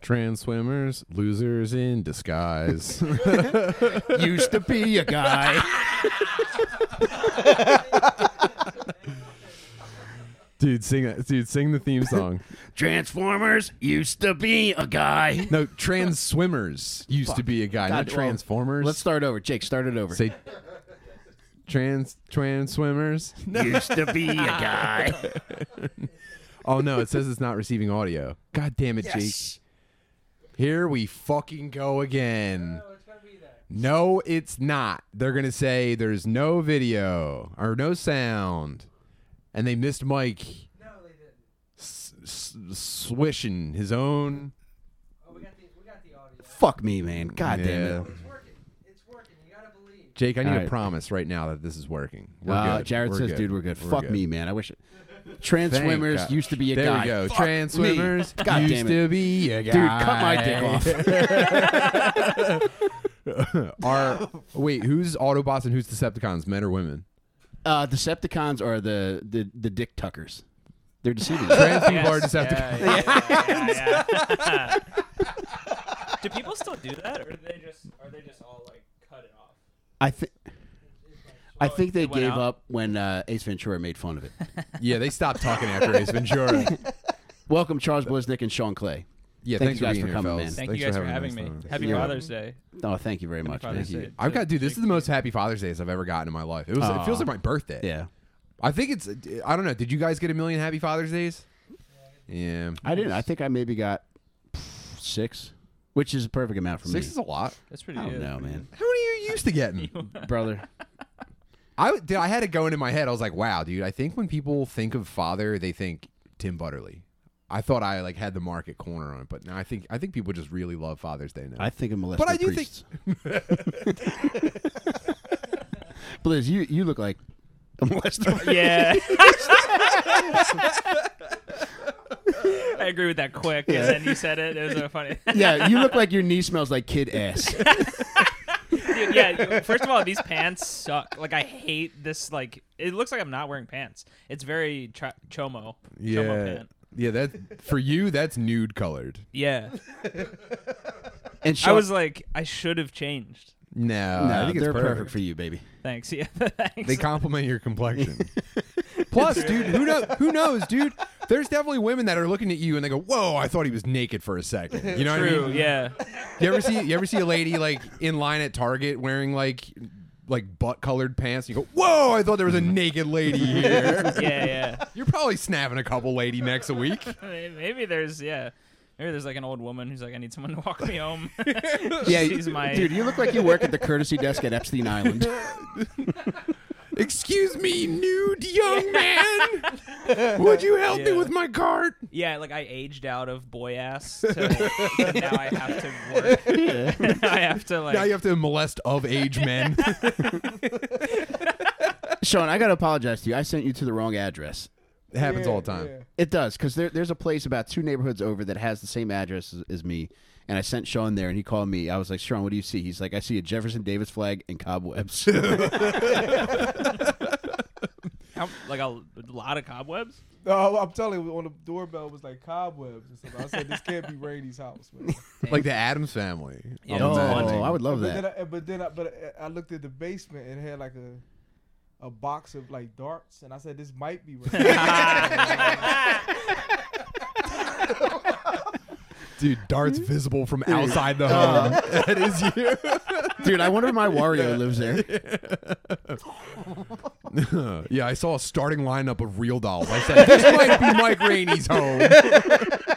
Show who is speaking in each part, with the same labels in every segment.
Speaker 1: Trans swimmers, losers in disguise.
Speaker 2: Used to be a guy.
Speaker 1: dude, sing that. Dude, sing the theme song.
Speaker 2: Transformers used to be a guy.
Speaker 1: No, trans swimmers used to be a guy,
Speaker 2: God,
Speaker 1: not
Speaker 2: well,
Speaker 1: transformers.
Speaker 2: Let's start over. Jake, start it over.
Speaker 1: say trans trans swimmers.
Speaker 2: used to be a guy.
Speaker 1: Oh no, it says it's not receiving audio. God damn it,
Speaker 2: Yes.
Speaker 1: Jake. Here we fucking go again.
Speaker 3: it's gotta be that.
Speaker 1: No, it's not. They're gonna say there's no video or no sound, and they missed Mike
Speaker 3: No, they didn't.
Speaker 1: s- s- swishing his own.
Speaker 3: Oh, we got the we got the audio.
Speaker 2: Fuck me, man. God
Speaker 1: Yeah.
Speaker 2: damn it.
Speaker 3: It's working. It's working. You gotta believe.
Speaker 1: Jake, I need
Speaker 2: All
Speaker 1: a
Speaker 2: right.
Speaker 1: promise right now that this is working. We're
Speaker 2: Uh,
Speaker 1: good.
Speaker 2: Jared
Speaker 1: We're
Speaker 2: says,
Speaker 1: good.
Speaker 2: dude, we're good. Fuck
Speaker 1: good.
Speaker 2: me, man. I wish it. Trans
Speaker 1: Thank
Speaker 2: swimmers
Speaker 1: God.
Speaker 2: used to be a
Speaker 1: there
Speaker 2: guy.
Speaker 1: we go.
Speaker 2: Fuck
Speaker 1: Trans
Speaker 2: me.
Speaker 1: swimmers
Speaker 2: God
Speaker 1: used
Speaker 2: damn it.
Speaker 1: to be a guy.
Speaker 2: Dude, cut my dick off.
Speaker 1: Are wait, who's Autobots and who's Decepticons? Men or women?
Speaker 2: Uh, Decepticons are the, the, the dick tuckers. They're deceiving.
Speaker 1: Trans people are Decepticons.
Speaker 3: Do people still do that, or do they just are they just all like cut it off?
Speaker 2: I think.
Speaker 1: Oh,
Speaker 2: I think they
Speaker 3: it went
Speaker 2: gave
Speaker 3: out?
Speaker 2: up when uh, Ace Ventura made fun of it.
Speaker 1: Yeah, they stopped talking after Ace Ventura.
Speaker 2: Welcome, Charles Bliznick and Sean Clay.
Speaker 1: Yeah,
Speaker 2: Thank
Speaker 1: thanks
Speaker 2: you guys
Speaker 1: for being
Speaker 2: for
Speaker 1: here,
Speaker 2: coming,
Speaker 1: fellas.
Speaker 2: man.
Speaker 4: Thank
Speaker 1: Thanks
Speaker 4: you guys for having
Speaker 1: us
Speaker 4: me.
Speaker 1: on.
Speaker 4: Happy
Speaker 2: Yeah.
Speaker 4: Father's Day.
Speaker 2: Oh, thank you very much. man.
Speaker 4: Father's Day.
Speaker 1: I've got, dude. This is the most happy Father's Day I've ever gotten in my life. It was. It feels like my birthday.
Speaker 2: Yeah.
Speaker 1: I think it's. I don't know. Did you guys get a million happy Father's Days? Yeah.
Speaker 2: I didn't. I think I maybe got pff, six, which is a perfect amount for
Speaker 1: Six
Speaker 2: me.
Speaker 1: is a lot.
Speaker 4: That's pretty
Speaker 2: I
Speaker 4: good.
Speaker 2: don't know, man.
Speaker 1: How many are you used to getting?
Speaker 2: Brother.
Speaker 1: I w- dude, I had it going in my head. I was like, wow, dude. I think when people think of father, they think Tim Butterly. I thought I like had the market corner on it, but now I think I think people just really love Father's Day now.
Speaker 2: I think I'm molesting
Speaker 1: But I do
Speaker 2: priests. Blizz, you, you look like a molester.
Speaker 4: Yeah. I agree with that quick.
Speaker 2: Yeah.
Speaker 4: And then you said it. It was so funny.
Speaker 2: yeah, you look like your knee smells like kid ass.
Speaker 4: Dude, yeah. First of all, these pants suck. Like I hate this. Like it looks like I'm not wearing pants. It's very tra- chomo.
Speaker 1: yeah,
Speaker 4: Chomo pant.
Speaker 1: yeah. That for you, that's nude colored.
Speaker 4: Yeah.
Speaker 2: And
Speaker 4: I
Speaker 2: Sean,
Speaker 4: was like, I should have changed.
Speaker 1: No,
Speaker 2: no,
Speaker 1: I think it's
Speaker 2: they're perfect.
Speaker 1: perfect.
Speaker 2: for you, baby.
Speaker 4: Thanks. Yeah. Thanks.
Speaker 1: They compliment your complexion. Plus, dude, who knows? Who knows, dude? There's definitely women that are looking at you and they go, "Whoa, I thought he was naked for a second. You know what I
Speaker 4: True.
Speaker 1: mean?
Speaker 4: Yeah.
Speaker 1: You ever see you ever see a lady like in line at Target wearing like like butt colored pants? You go, "Whoa, I thought there was a naked lady here."
Speaker 4: Mm-hmm. Yeah. Yeah.
Speaker 1: You're probably snapping a couple lady next week.
Speaker 4: May- Maybe there's yeah. Maybe there's like an old woman who's like, I need someone to walk me home.
Speaker 2: Yeah,
Speaker 4: She's my
Speaker 2: dude, you look like you work at the courtesy desk at Epstein Island.
Speaker 1: Excuse me, nude young man. Would you help me
Speaker 4: Yeah.
Speaker 1: with my cart?
Speaker 4: yeah. Like I aged out of boy ass. To, to now I have to work. now I have to like.
Speaker 1: Now you have to molest of age men.
Speaker 2: Sean, I gotta apologize to you. I sent you to the wrong address.
Speaker 1: it happens all the time.
Speaker 2: It does because there, there's a place about two neighborhoods over that has the same address as, as me, and I sent Sean there, and he called me. I was like, Sean, what do you see? He's like, I see a Jefferson Davis flag and cobwebs.
Speaker 4: how- like a lot of cobwebs.
Speaker 3: No, I'm telling you, on the doorbell was like cobwebs and stuff. I said this can't be Brady's house, man.
Speaker 1: Like the Adams family.
Speaker 4: Yeah.
Speaker 1: I'm
Speaker 2: oh,
Speaker 1: imagining.
Speaker 2: I would love that.
Speaker 3: but then, I, but then, I, but I looked at the basement and it had like a, a box of like darts, and I said this might be Brady.
Speaker 1: Dude, darts visible from outside the home. that is you.
Speaker 2: Dude, I wonder if my Wario lives there.
Speaker 1: yeah, I saw a starting lineup of real dolls. I said, this might be Mike Rainey's home. that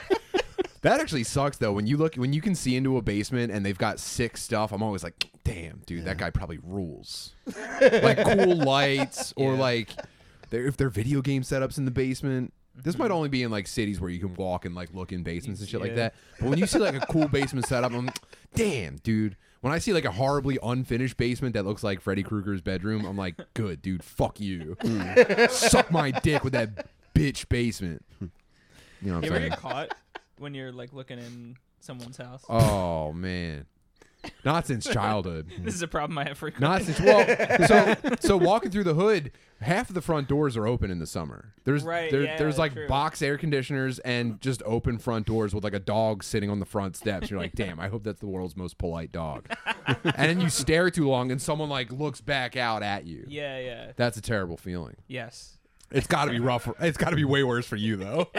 Speaker 1: actually sucks though. When you look, when you can see into a basement and they've got sick stuff, I'm always like, damn, dude, that guy probably rules. like cool lights or like there- if there are video game setups in the basement. This might only be in like cities where you can walk and like look in basements and shit like
Speaker 4: Yeah.
Speaker 1: that. But when you see like a cool basement setup, I'm damn, dude. When I see like a horribly unfinished basement that looks like Freddy Krueger's bedroom, I'm like, good, dude, fuck you. Suck my dick with that bitch basement. You know what
Speaker 4: You
Speaker 1: I'm
Speaker 4: ever
Speaker 1: saying?
Speaker 4: get caught when you're like looking in someone's house?
Speaker 1: Oh man. Not since childhood.
Speaker 4: This is a problem I have frequently.
Speaker 1: Not since well, so so walking through the hood, half of the front doors are open in the summer. There's
Speaker 4: Right,
Speaker 1: there,
Speaker 4: yeah,
Speaker 1: there's like
Speaker 4: true.
Speaker 1: box air conditioners and just open front doors with like a dog sitting on the front steps. You're like, damn, I hope that's the world's most polite dog. and then you stare too long, and someone like looks back out at you.
Speaker 4: yeah, yeah.
Speaker 1: That's a terrible feeling.
Speaker 4: Yes.
Speaker 1: It's got to be rough. It's got to be way worse for you though.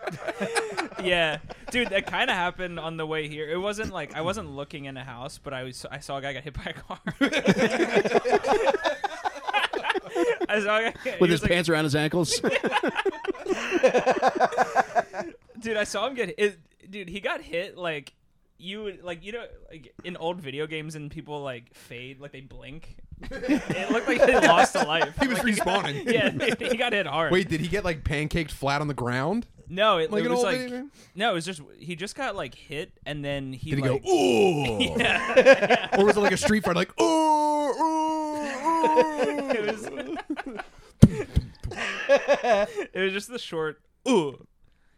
Speaker 4: yeah, dude, that kind of happened on the way here. It wasn't like I wasn't looking in a house, but I was I saw a guy get hit by a car. I saw a guy, he
Speaker 2: with
Speaker 4: was
Speaker 2: his
Speaker 4: like-
Speaker 2: pants around his ankles.
Speaker 4: dude. I saw him get it, dude. He got hit like you would like you know like in old video games and people like fade like they blink. it looked like they lost a life.
Speaker 1: he was respawning.
Speaker 4: Yeah, he got hit hard.
Speaker 1: Wait, did he get like pancaked flat on the ground?
Speaker 4: no, it,
Speaker 1: Like
Speaker 4: it
Speaker 1: an
Speaker 4: was
Speaker 1: old
Speaker 4: like
Speaker 1: video game?
Speaker 4: no, it was just he just got like hit and then he
Speaker 1: Did he
Speaker 4: like
Speaker 1: go ooh? Or was it like a street fight? Like ooh, ooh, ooh.
Speaker 4: it was it was just the short ooh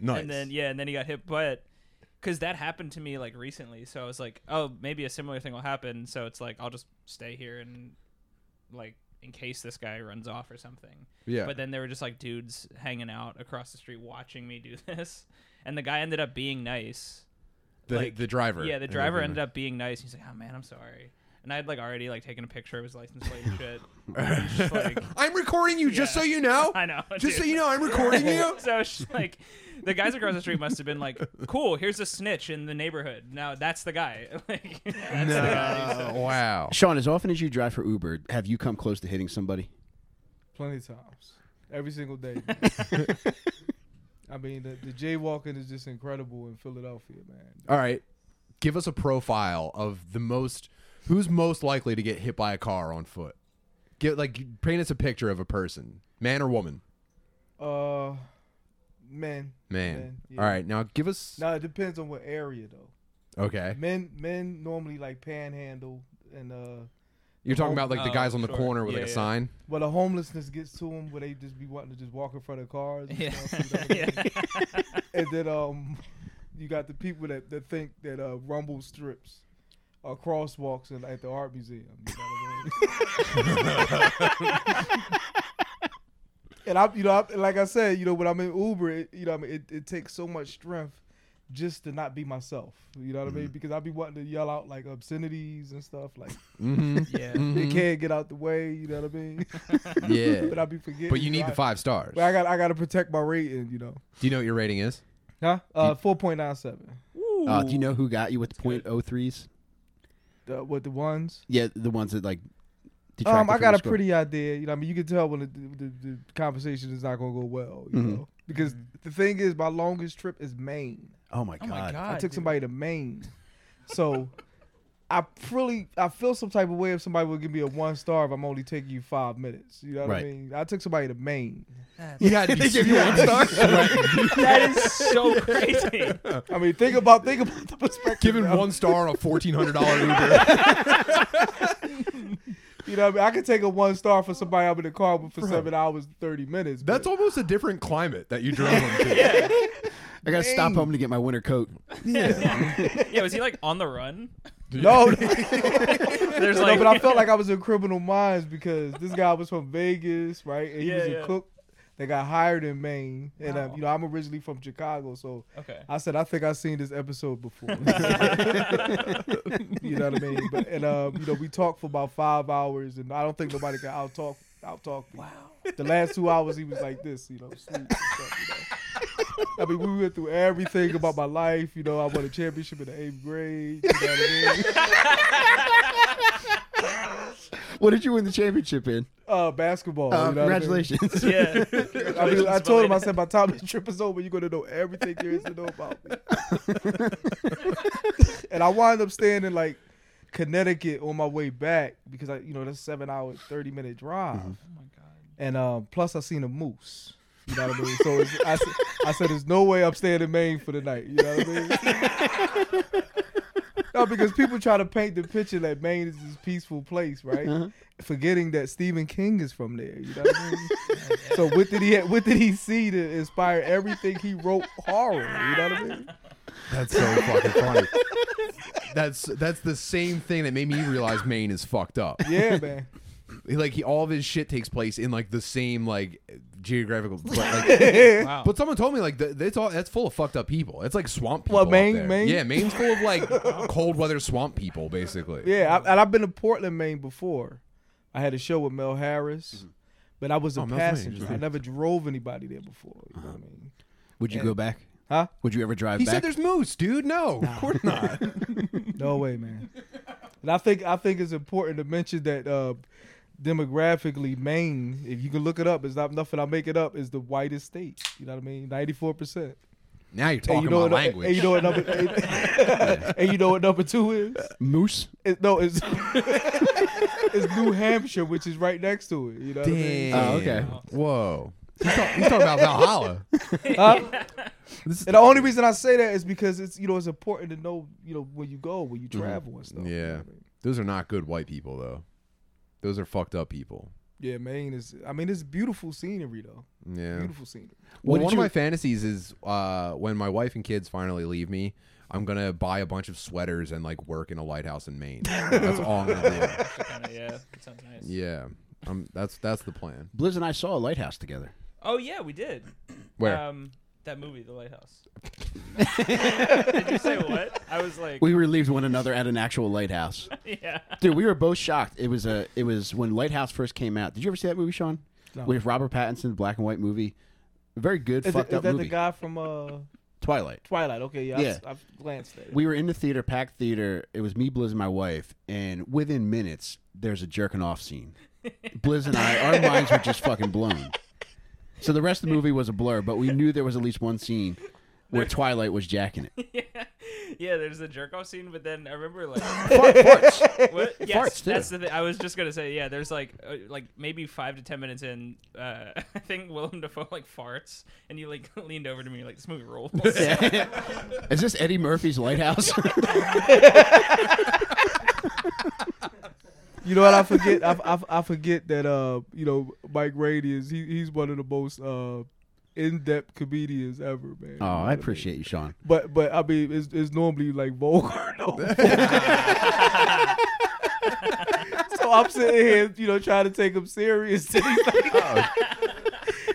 Speaker 1: Nice.
Speaker 4: and then yeah and then he got hit but because that happened to me like recently so i was like oh maybe a similar thing will happen so it's like i'll just stay here and like in case this guy runs off or something
Speaker 1: Yeah.
Speaker 4: but then there were just like dudes hanging out across the street watching me do this and the guy ended up being nice
Speaker 1: the,
Speaker 4: like-
Speaker 1: the driver.
Speaker 4: yeah, the driver ended up being nice. He's like, "Oh man, I'm sorry." And I had like already like taken a picture of his license plate and shit. And it's just, like,
Speaker 1: I'm recording you, just so
Speaker 4: Yeah.
Speaker 1: you know.
Speaker 4: I know.
Speaker 1: Just so
Speaker 4: dude.
Speaker 1: you know, I'm recording you.
Speaker 4: So it's just like, the guys across the street must have been like, "Cool, here's a snitch in the neighborhood." Now that's the guy. Like, that's the guy. So-
Speaker 1: Uh, wow.
Speaker 2: Sean, as often as you drive for Uber, have you come close to hitting somebody?
Speaker 3: Plenty of times. Every single day. I mean, the, the jaywalking is just incredible in Philadelphia, man.
Speaker 1: All right, give us a profile of the most. Who's most likely to get hit by a car on foot? Get like paint us a picture of a person, man or woman.
Speaker 3: Uh, man.
Speaker 1: Man.
Speaker 3: Man, yeah.
Speaker 1: All right, now give us.
Speaker 3: Now it depends on what area though.
Speaker 1: Okay,
Speaker 3: Men, men normally like panhandle and uh,
Speaker 1: you're talking about like the
Speaker 4: Oh,
Speaker 1: guys on the
Speaker 4: sure.
Speaker 1: corner with
Speaker 4: Yeah,
Speaker 1: like a
Speaker 4: yeah.
Speaker 1: sign.
Speaker 3: well, the homelessness gets to them where they just be wanting to just walk in front of cars. and
Speaker 4: Yeah.
Speaker 3: stuff, you know what I mean?
Speaker 4: yeah.
Speaker 3: and then um, you got the people that, that think that uh, rumble strips are crosswalks in, at the art museum. You know what I mean? and I, you know, I, like I said, you know, when I'm in Uber, it, you know, I mean, it, it takes so much strength just to not be myself. You know what I mean? Because I be wanting to yell out like obscenities and stuff. Like
Speaker 1: hmm
Speaker 4: Yeah.
Speaker 3: they can't get out the way. You know what I mean? but
Speaker 1: Yeah,
Speaker 3: I be forgetting.
Speaker 1: but you need
Speaker 3: know,
Speaker 1: the
Speaker 3: I-
Speaker 1: five stars.
Speaker 3: But I got I got to protect my rating. You know?
Speaker 1: Do you know what your rating is?
Speaker 3: Huh? Uh, four point nine seven.
Speaker 2: Uh, do you know who got you with the point oh threes?
Speaker 3: The, what the ones?
Speaker 2: Yeah, the ones that like. detracted
Speaker 3: Um, I
Speaker 2: from
Speaker 3: got
Speaker 2: the
Speaker 3: a
Speaker 2: score.
Speaker 3: pretty idea. You know, I mean, you can tell when the, the, the conversation is not going to go well. You
Speaker 2: Mhm.
Speaker 3: know, because the thing is, my longest trip is Maine.
Speaker 2: Oh my
Speaker 4: Oh
Speaker 2: god!
Speaker 4: my god.
Speaker 3: I took
Speaker 4: dude.
Speaker 3: somebody to Maine, so I really I feel some type of way if somebody would give me a one star if I'm only taking you five minutes. You know what
Speaker 2: Right.
Speaker 3: I mean? I took somebody to Maine.
Speaker 1: You had to be you one star.
Speaker 4: That is so crazy.
Speaker 3: I mean, think about think about the perspective.
Speaker 1: Given
Speaker 3: now.
Speaker 1: one star on a fourteen hundred dollar Uber.
Speaker 3: you know, what I mean, I could take a one star for somebody I'm in the car with for seven hours and thirty minutes.
Speaker 1: That's
Speaker 3: but-
Speaker 1: almost a different climate that you drove them to.
Speaker 2: I gotta stop
Speaker 3: Dang.
Speaker 2: home to get my winter coat.
Speaker 4: Yeah, was he like on the run?
Speaker 3: No,
Speaker 4: There's
Speaker 3: No,
Speaker 4: like
Speaker 3: but I felt like I was in Criminal Minds because this guy was from Vegas, right? And he
Speaker 4: Yeah,
Speaker 3: was
Speaker 4: yeah.
Speaker 3: a cook that got hired in Maine. And uh,
Speaker 4: Wow.
Speaker 3: you know, I'm originally from Chicago, so
Speaker 4: okay.
Speaker 3: I said I think I've seen this episode before. you know what I mean? But and um, you know, we talked for about five hours, and I don't think nobody can out talk out talk. Wow. The last two hours, he was like this, you know. Sleep and stuff, you know? I mean, we went through everything about my life. You know, I won a championship in the eighth grade. You know what I mean?
Speaker 2: What did you win the championship in?
Speaker 3: Uh, basketball.
Speaker 2: Uh,
Speaker 3: you know what I mean?
Speaker 2: congratulations!
Speaker 4: Yeah.
Speaker 3: I, mean, I
Speaker 4: Congratulations,
Speaker 3: told him, I
Speaker 4: Blaine.
Speaker 3: said, by the time this trip is over, you're going to know everything there is to know about me. and I wind up staying in like Connecticut on my way back because I, you know, that's seven hour, 30 minute drive.
Speaker 4: Oh my god.
Speaker 3: And um, plus, I seen a moose. You know what I mean? So it's, I, said- I said, there's no way I'm staying in Maine for the night. You know what I mean? no, because people try to paint the picture that Maine is this peaceful place, right? Forgetting that Stephen King is from there. You know what I mean? so what did he what did he see to inspire everything he wrote horror? You know what I mean?
Speaker 1: That's so fucking funny. That's that's the same thing that made me realize Maine is fucked up.
Speaker 3: Yeah, man.
Speaker 1: Like he, all of his shit takes place in like the same like geographical. But, like,
Speaker 4: Wow.
Speaker 1: but someone told me like th- that's all that's full of fucked up people. It's like swamp people.
Speaker 3: What,
Speaker 1: up
Speaker 3: Maine-
Speaker 1: there.
Speaker 3: Maine?
Speaker 1: Yeah, Maine's full of like cold weather swamp people, basically.
Speaker 3: Yeah, I, and I've been to Portland, Maine before. I had a show with Mel Harris, but I was a
Speaker 1: Mm-hmm. Oh, Mel's Maine,
Speaker 3: passenger. I
Speaker 1: yeah.
Speaker 3: never drove anybody there before. You know what I
Speaker 1: Uh-huh.
Speaker 3: mean?
Speaker 2: Would you go back?
Speaker 3: Huh?
Speaker 2: Would you ever drive
Speaker 1: He
Speaker 2: back?
Speaker 1: said there's moose, dude. No, of course not.
Speaker 3: No way, man. And I think I think it's important to mention that uh, demographically, Maine, if you can look it up, it's not nothing. I make it up. Is the whitest state. You know what I mean? Ninety four percent.
Speaker 1: now you're
Speaker 3: And
Speaker 1: talking
Speaker 3: you know
Speaker 1: about
Speaker 3: what? And
Speaker 1: language.
Speaker 3: you know what number? and, and you know what number two is?
Speaker 2: Moose?
Speaker 3: It, no, it's it's New Hampshire, which is right next to it. You know. What I mean?
Speaker 1: Damn.
Speaker 2: Oh, okay.
Speaker 1: Whoa. He's, talk- he's talking about Valhalla.
Speaker 3: Huh? Uh, and the only reason I say that is because it's you know it's important to know you know where you go when you travel and stuff. you know
Speaker 1: Yeah.
Speaker 3: what I mean?
Speaker 1: Those are not good white people, though. Those are fucked up people.
Speaker 3: Yeah, Maine is. I mean, it's beautiful scenery though.
Speaker 1: Yeah.
Speaker 3: Beautiful scenery.
Speaker 1: Well,
Speaker 2: What
Speaker 1: one
Speaker 2: did
Speaker 1: of my
Speaker 2: you-
Speaker 1: fantasies is uh, when my wife and kids finally leave me, I'm gonna buy a bunch of sweaters and like work in a lighthouse in Maine. that's all I'm gonna
Speaker 4: Kinda, yeah, that sounds nice.
Speaker 1: do. Yeah, um, that's that's the plan.
Speaker 2: Blizz and I saw a lighthouse together.
Speaker 4: Oh yeah, we did.
Speaker 1: Where?
Speaker 4: Um, that movie, The Lighthouse. did you say what? I was like,
Speaker 2: We relieved one another at an actual lighthouse.
Speaker 4: yeah.
Speaker 2: Dude, we were both shocked. It was a it was when Lighthouse first came out. Did you ever see that movie, Sean?
Speaker 3: No.
Speaker 2: With Robert Pattinson, black and white movie. Very good
Speaker 3: Is, it-
Speaker 2: fucked
Speaker 3: is
Speaker 2: up
Speaker 3: that
Speaker 2: movie.
Speaker 3: the guy from uh,
Speaker 2: Twilight.
Speaker 3: Twilight? Okay, yeah, I've,
Speaker 2: Yeah.
Speaker 3: I've glanced at it.
Speaker 2: We were in the theater, packed theater. It was me, Blizz, and my wife, and within minutes, there's a jerking off scene. Blizz and I, our minds were just fucking blown. So the rest of the movie was a blur, but we knew there was at least one scene where Twilight was jacking it.
Speaker 4: yeah, yeah. There's the jerk off scene, but then I remember like,
Speaker 2: Fart, farts.
Speaker 4: what?
Speaker 2: Farts,
Speaker 4: yes,
Speaker 2: too.
Speaker 4: that's the thing. I was just gonna say, yeah. There's like, uh, like maybe five to ten minutes in, uh, I think Willem Dafoe like farts, and you like leaned over to me like this movie rules.
Speaker 2: Yeah. Is this Eddie Murphy's Lighthouse?
Speaker 3: You know what? I forget. I, I, I forget that uh, you know, Mike Rady is he, he's one of the most uh, in-depth comedians ever, man. You know
Speaker 2: oh,
Speaker 3: what
Speaker 2: I
Speaker 3: mean?
Speaker 2: appreciate you, Sean.
Speaker 3: But but I mean, it's, it's normally like vulgar. No. so I'm sitting here, you know, trying to take him serious. and he's like-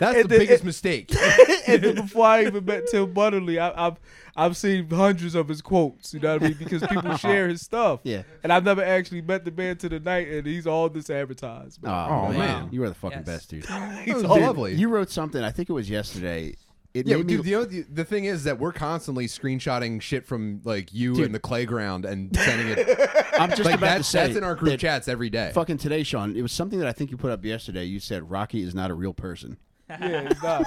Speaker 1: That's the
Speaker 3: then-
Speaker 1: biggest mistake.
Speaker 3: and then before I even met Tim Butterly, I, I've I've seen hundreds of his quotes. You know what I mean? Because people share his stuff.
Speaker 2: Yeah.
Speaker 3: And I've never actually met the man to the night, and he's all this advertised.
Speaker 2: Oh,
Speaker 3: man.
Speaker 2: man.
Speaker 1: man.
Speaker 2: you are the fucking
Speaker 4: Yes.
Speaker 2: best, dude.
Speaker 1: It was
Speaker 2: Dude,
Speaker 1: lovely.
Speaker 2: You wrote something. I think it was yesterday. It
Speaker 1: yeah,
Speaker 2: made
Speaker 1: dude.
Speaker 2: me.
Speaker 1: You know, the, the thing is that we're constantly screenshotting shit from like you
Speaker 2: Dude.
Speaker 1: and the playground and sending it.
Speaker 2: I'm just
Speaker 1: like
Speaker 2: about to
Speaker 1: that's
Speaker 2: say
Speaker 1: that's in our group
Speaker 2: that
Speaker 1: chats every day.
Speaker 2: Fucking today, Sean. It was something that I think you put up yesterday. You said Rocky is not a real person.
Speaker 3: Yeah, it's not.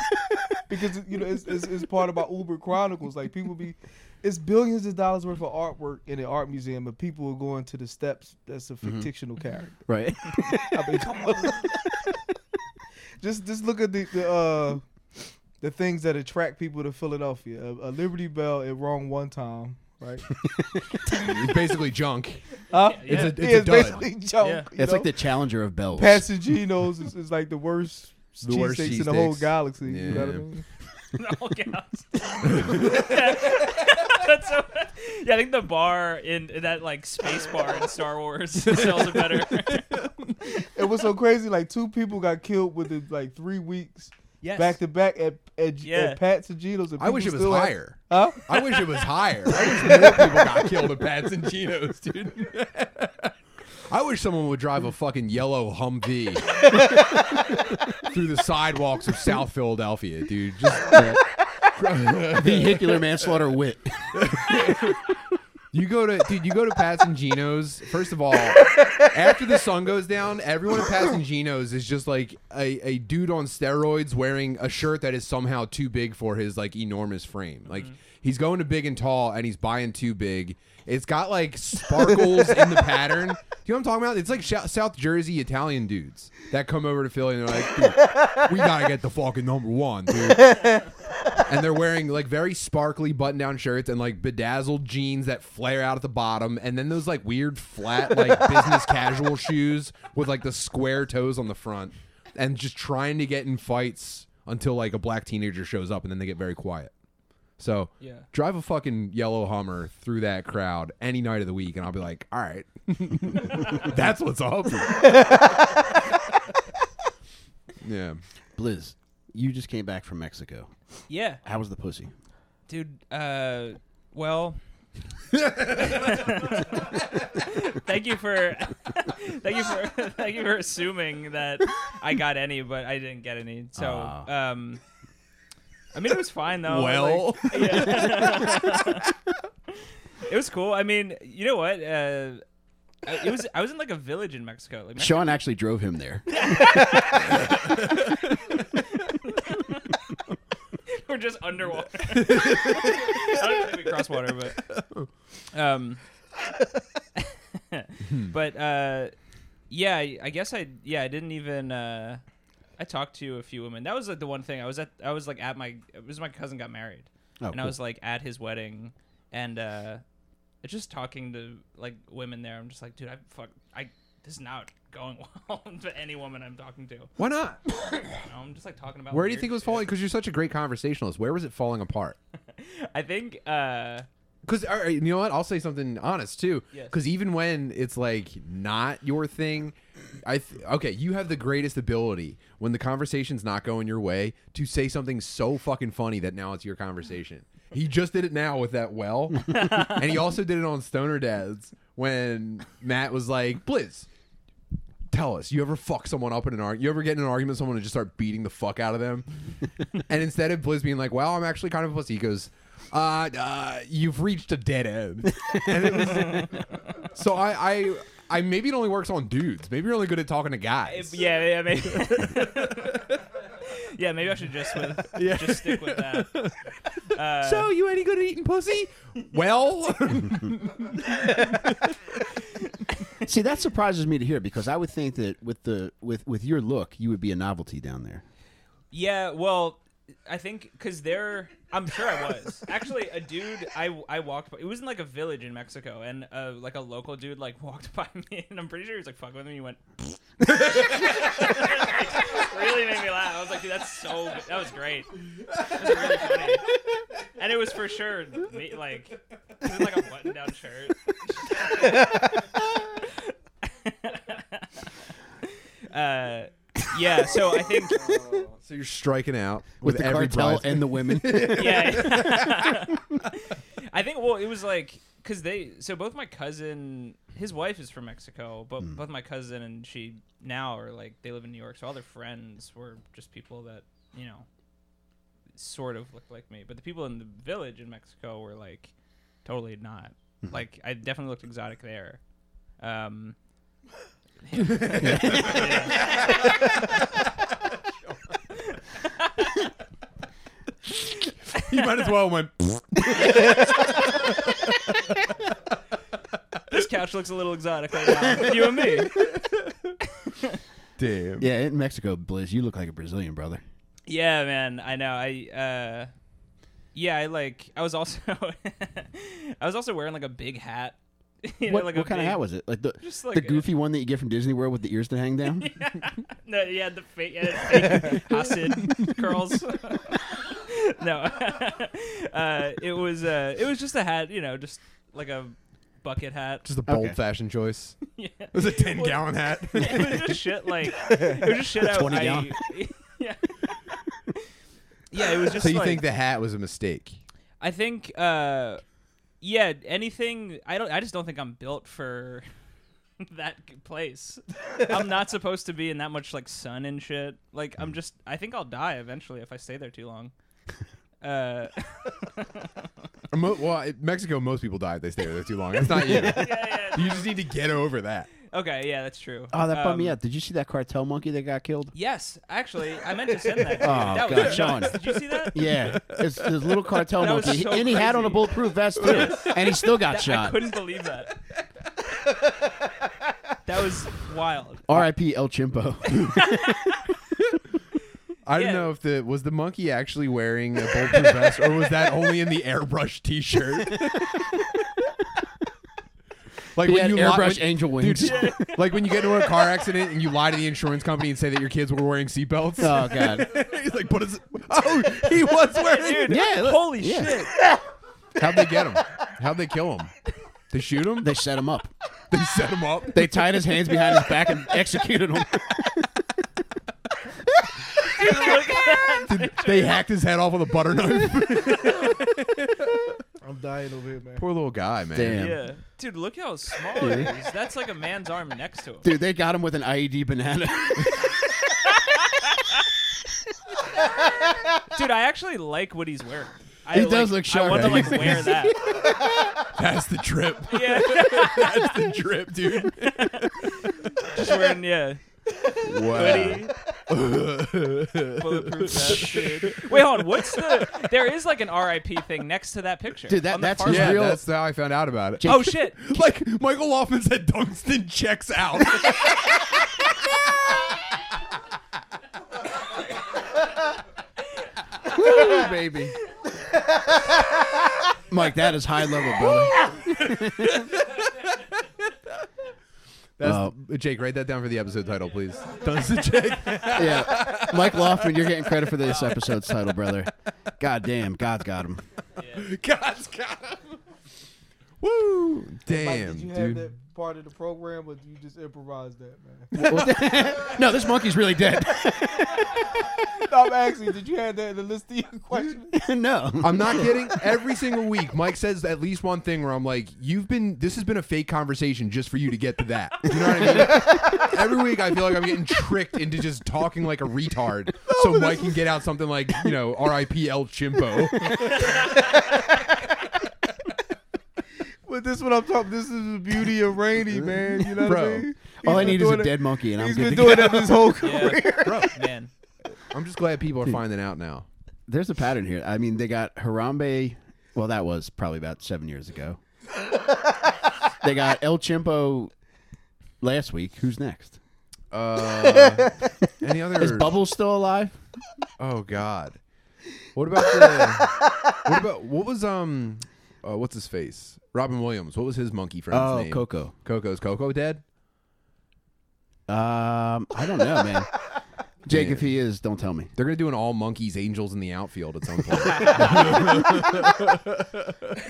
Speaker 3: because you know it's, it's it's part about Uber Chronicles. Like people be, it's billions of dollars worth of artwork in an art museum, and people are going to the steps. That's a
Speaker 1: Mm-hmm.
Speaker 3: fictional
Speaker 4: Mm-hmm.
Speaker 3: character.
Speaker 2: Right.
Speaker 3: I mean, come on. just just look at the the. Uh, the things that attract people to Philadelphia, a, a Liberty Bell, it wrong one time, right?
Speaker 1: It's basically junk.
Speaker 3: Huh?
Speaker 1: It's a
Speaker 4: Yeah.
Speaker 1: it's
Speaker 3: Yeah,
Speaker 1: a dud.
Speaker 3: basically junk.
Speaker 4: Yeah.
Speaker 3: you
Speaker 2: That's
Speaker 3: know?
Speaker 2: like the challenger of bells.
Speaker 3: Passaginos is, is like the worst
Speaker 1: The worst
Speaker 3: cheesesteaks in the whole
Speaker 1: cheesesteaks.
Speaker 3: galaxy. You know what I
Speaker 1: Yeah.
Speaker 3: mean?
Speaker 4: Oh, yeah. That's so, yeah, I think the bar in in that like space bar in Star Wars sells it better.
Speaker 3: It was so crazy. Like two people got killed within like three weeks,
Speaker 4: yes.
Speaker 3: back to back at at,
Speaker 4: Yeah.
Speaker 3: at Pat's and Geno's. And
Speaker 1: I wish it
Speaker 3: people
Speaker 1: was
Speaker 3: still had-
Speaker 1: higher.
Speaker 3: Huh?
Speaker 1: I wish it was higher. I wish more people got killed at Pats and Geno's, dude. I wish someone would drive a fucking yellow Humvee through the sidewalks of South Philadelphia, dude. Just
Speaker 2: Vehicular manslaughter wit.
Speaker 1: you go to dude, you go to Pats and Geno's. First of all, after the sun goes down, everyone at Pats and Geno's is just like a, a dude on steroids wearing a shirt that is somehow too big for his like enormous frame. Like he's going to big and tall and he's buying too big. It's got like sparkles in the pattern. Do you know what I'm talking about? It's like Shou- South Jersey Italian dudes that come over to Philly and they're like, dude, we gotta get the fucking number one, dude and they're wearing like very sparkly button-down shirts and like bedazzled jeans that flare out at the bottom, and then those like weird flat like business casual shoes with like the square toes on the front, and just trying to get in fights until like a black teenager shows up, and then they get very quiet. So
Speaker 4: Yeah.
Speaker 1: drive a fucking yellow Hummer through that crowd any night of the week, and I'll be like, all right, that's what's up. yeah.
Speaker 2: Blizz, you just came back from Mexico.
Speaker 4: Yeah.
Speaker 2: How was the pussy?
Speaker 4: dude uh well thank you for thank you for thank you for assuming that i got any but i didn't get any so
Speaker 2: Ah.
Speaker 4: um i mean it was fine though
Speaker 1: Well.
Speaker 4: Oh, Like, yeah. it was cool i mean you know what uh I- it was i was in like a village in mexico like Mexico-
Speaker 2: Sean actually drove him there.
Speaker 4: we're just underwater i don't think we cross water but um but uh yeah I, I guess i yeah i didn't even uh i talked to a few women that was like the one thing i was at i was like at my it was my cousin got married
Speaker 2: Oh,
Speaker 4: and i
Speaker 2: cool.
Speaker 4: was like at his wedding and uh just talking to like women there i'm just like dude i fuck i this is not going well to any woman i'm talking to you
Speaker 1: Why not?
Speaker 4: know? i'm just like talking about
Speaker 1: Where do you
Speaker 4: weird
Speaker 1: think it was
Speaker 4: shit.
Speaker 1: falling? Because you're such a great conversationalist. Where was it falling apart?
Speaker 4: i think uh
Speaker 1: Because you know what, I'll say something honest too.
Speaker 4: Yes.
Speaker 1: Because even when it's like not your thing, I th- okay, you have the greatest ability when the conversation's not going your way to say something so fucking funny that now it's your conversation. He just did it now with that well, and he also did it on Stoner Dads when Matt was like, "Blizz, tell us, you ever fuck someone up in an argument? You ever get in an argument with someone and just start beating the fuck out of them?" and instead of Blizz being like, "Well, I'm actually kind of a pussy," he goes, "Uh, uh you've reached a dead end." and it was, so I, I, I maybe it only works on dudes. Maybe you're only good at talking to guys.
Speaker 4: If- yeah, yeah, maybe. yeah, maybe I should just with
Speaker 1: Yeah.
Speaker 4: just stick with that. Uh,
Speaker 1: So you any good at eating pussy? Well,
Speaker 2: See, that surprises me to hear because I would think that with the with with your look, you would be a novelty down there.
Speaker 4: yeah, well, I think because they're, I'm sure I was actually a dude. I I walked. By, it was in like a village in Mexico, and uh, like a local dude like walked by me, and I'm pretty sure he was like fucking with me. and He went. really made me laugh. I was like, dude, that's so. good. That was great. That was really funny. And it was for sure, me- like, it was like a button-down shirt. uh, yeah. So I think,
Speaker 1: so you're striking out
Speaker 2: With,
Speaker 1: with,
Speaker 2: the
Speaker 1: every
Speaker 2: cartel
Speaker 1: prize.
Speaker 2: and the women.
Speaker 4: yeah. I think. Well, it was like because they. So both my cousin, his wife is from Mexico, but both my cousin and she now are like they live in New York. So all their friends were just people that you know, sort of looked like me. But the people in the village in Mexico were like totally not. Like I definitely looked exotic there. Um,
Speaker 1: you might as well went.
Speaker 4: this couch looks a little exotic right now. you and me.
Speaker 1: Damn.
Speaker 2: yeah, in Mexico, Blizz, you look like a Brazilian brother.
Speaker 4: Yeah, man, I know. I uh yeah, I like I was also I was also wearing like a big hat. You know,
Speaker 2: what
Speaker 4: like a
Speaker 2: what kind
Speaker 4: big-
Speaker 2: of hat was it? Like the
Speaker 4: Just like
Speaker 2: the
Speaker 4: a-
Speaker 2: goofy one that you get from Disney World with the ears that hang down.
Speaker 4: No, yeah, the fake, yeah, the fake acid curls. no. uh it was uh it was just a hat, you know, just like a bucket hat.
Speaker 1: Just a
Speaker 2: Okay.
Speaker 1: bold fashion choice. It
Speaker 4: yeah.
Speaker 1: was a ten
Speaker 4: Well,
Speaker 1: gallon hat.
Speaker 4: it was just shit like it was just shit out
Speaker 2: 20
Speaker 4: I-
Speaker 2: down.
Speaker 4: Yeah. Yeah, it was just
Speaker 1: so you
Speaker 4: like,
Speaker 1: think the hat was a mistake?
Speaker 4: I think uh yeah, anything I don't I just don't think I'm built for that g- place. I'm not supposed to be in that much like sun and shit. Like I'm just I think I'll die eventually if I stay there too long. Uh
Speaker 1: Mo- well, in Mexico, most people die if they stay there too long. That's not you.
Speaker 4: yeah,
Speaker 1: You just need to get over that.
Speaker 4: Okay, yeah, that's true.
Speaker 2: Oh, that bummed me
Speaker 4: Um,
Speaker 2: out. Did you see that cartel monkey that got killed?
Speaker 4: Yes, actually, I meant to send that. To you.
Speaker 2: Oh,
Speaker 4: that
Speaker 2: God,
Speaker 4: was
Speaker 2: Sean.
Speaker 4: nuts. Did you see that?
Speaker 2: Yeah, it's this little cartel
Speaker 4: That was
Speaker 2: monkey,
Speaker 4: so
Speaker 2: and he had on a
Speaker 4: crazy.
Speaker 2: bulletproof vest too, and he still got
Speaker 4: That- I
Speaker 2: shot.
Speaker 4: couldn't believe that. that was wild.
Speaker 2: R.I.P. El Chimpo.
Speaker 1: I don't
Speaker 4: Yeah.
Speaker 1: know if the was the monkey actually wearing a bulletproof vest, or was that only in the airbrush T-shirt? like
Speaker 2: he
Speaker 1: when
Speaker 2: had
Speaker 1: you li-
Speaker 2: airbrush
Speaker 1: when-
Speaker 2: angel
Speaker 1: dude,
Speaker 2: wings.
Speaker 1: like when you get into a car accident and you lie to the insurance company and say that your kids were wearing seatbelts.
Speaker 2: Oh God.
Speaker 1: He's like, but it's Oh, he was wearing.
Speaker 4: Dude,
Speaker 2: Yeah, look-
Speaker 4: holy
Speaker 2: yeah.
Speaker 4: shit.
Speaker 1: How'd they get him? How'd they kill him? They shoot him?
Speaker 2: They set him up.
Speaker 1: They set him up.
Speaker 2: They tied his hands behind his back and executed him.
Speaker 1: Did- they hacked his head off with a butter knife.
Speaker 3: I'm dying over here, man.
Speaker 1: Poor little guy, man.
Speaker 2: Damn.
Speaker 4: Yeah. Dude, look how small it is. That's like a man's arm next to him.
Speaker 2: Dude, they got him with an IED banana.
Speaker 4: Dude, I actually like what he's wearing. I,
Speaker 2: He
Speaker 4: like-
Speaker 2: does look
Speaker 4: I
Speaker 2: sharp.
Speaker 4: want to
Speaker 2: Yeah,
Speaker 4: like
Speaker 2: he's-
Speaker 4: wear that.
Speaker 1: That's the drip.
Speaker 4: Yeah.
Speaker 1: That's the drip, dude.
Speaker 4: Just wearing, yeah.
Speaker 1: Wow.
Speaker 4: Hoodie, bulletproof vest, dude. Wait, hold on. What's the. There is like an RIP thing next to that picture.
Speaker 2: Dude, that-
Speaker 4: on the
Speaker 2: that's
Speaker 4: far
Speaker 2: his
Speaker 1: Yeah,
Speaker 4: left.
Speaker 2: real-
Speaker 1: that's how I found out about it.
Speaker 2: Jake-
Speaker 4: Oh, shit.
Speaker 1: Like Michael Hoffman said, Dunstan checks out.
Speaker 2: Woo, baby. Mike, that is high level, brother.
Speaker 1: That's
Speaker 2: Wow.
Speaker 1: Jake, write that down for the episode title, please. Dunstan check.
Speaker 2: Yeah. Mike Loftman, you're getting credit for this episode's title, brother. God damn, God's got him.
Speaker 1: God's got him. Woo!
Speaker 3: Mike,
Speaker 1: Damn,
Speaker 3: did you have
Speaker 1: dude.
Speaker 3: that part of the program, or you just improvise that, man?
Speaker 2: no, this monkey's really dead.
Speaker 3: no, I'm asking, did you have that in the list of your questions?
Speaker 2: no.
Speaker 1: I'm not kidding. Every single week, Mike says at least one thing where I'm like, "You've been. This has been a fake conversation just for you to get to that." You know what I mean? Every week, I feel like I'm getting tricked into just talking like a retard, so Mike can get out something like, you know, "R.I.P. El Chimpo."
Speaker 3: But this is what I'm talking. This is the beauty of Rainy, man. You know what
Speaker 1: Bro.
Speaker 3: I mean?
Speaker 2: All I
Speaker 3: He's been
Speaker 2: need is
Speaker 3: doing
Speaker 2: a
Speaker 3: it-
Speaker 2: dead monkey, and I'm
Speaker 3: He's
Speaker 2: good
Speaker 3: been
Speaker 2: to
Speaker 3: doing
Speaker 2: go.
Speaker 3: that his whole career.
Speaker 4: Yeah. Man.
Speaker 1: I'm just glad people are finding out now.
Speaker 2: There's a pattern here. I mean, they got Harambe. Well, that was probably about seven years ago. they got El Chimpo last week. Who's next?
Speaker 1: Uh, any
Speaker 2: Is
Speaker 1: other?
Speaker 2: Bubbles still alive?
Speaker 1: Oh God. What about the? what about what was um? Uh, what's his face? Robin Williams. What was his monkey friend's
Speaker 2: Oh,
Speaker 1: name?
Speaker 2: Coco.
Speaker 1: Coco's Coco dead.
Speaker 2: Um, I don't know, man. Jake,
Speaker 1: Yeah.
Speaker 2: if he is, don't tell me.
Speaker 1: They're gonna do an all monkeys angels in the outfield at some point.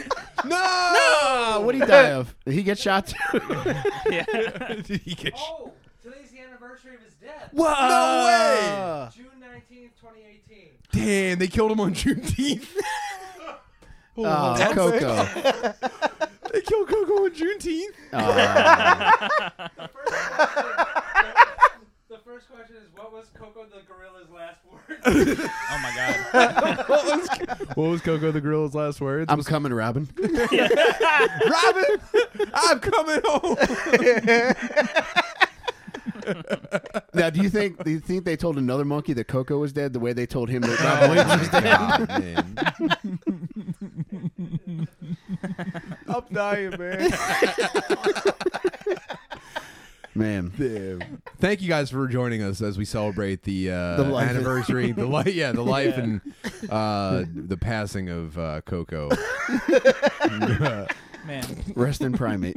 Speaker 1: no! Uh,
Speaker 2: Oh, what did he die of? Did he get shot too?
Speaker 4: Yeah.
Speaker 5: Oh, today's the anniversary of his death.
Speaker 1: Whoa! No way!
Speaker 5: June 19th, 2018.
Speaker 1: Damn, they killed him on Juneteenth.
Speaker 2: Oh, Coco.
Speaker 1: they killed Coco on Juneteenth.
Speaker 2: Oh.
Speaker 5: The first question, the first question is what was Coco the Gorilla's last word?
Speaker 4: Oh, my God.
Speaker 1: What was Coco the Gorilla's last words?
Speaker 2: I'm coming, Robin.
Speaker 1: Robin, I'm coming home.
Speaker 2: Now, do you think do you think they told another monkey that Coco was dead the way they told him that Robin Williams was dead?
Speaker 3: I'm dying, man.
Speaker 2: Man,
Speaker 1: Damn. Thank you guys for joining us as we celebrate the, uh,
Speaker 2: The life.
Speaker 1: anniversary, the life, yeah, the life and uh, the passing of uh, Coco.
Speaker 4: Man.
Speaker 2: rest in primate.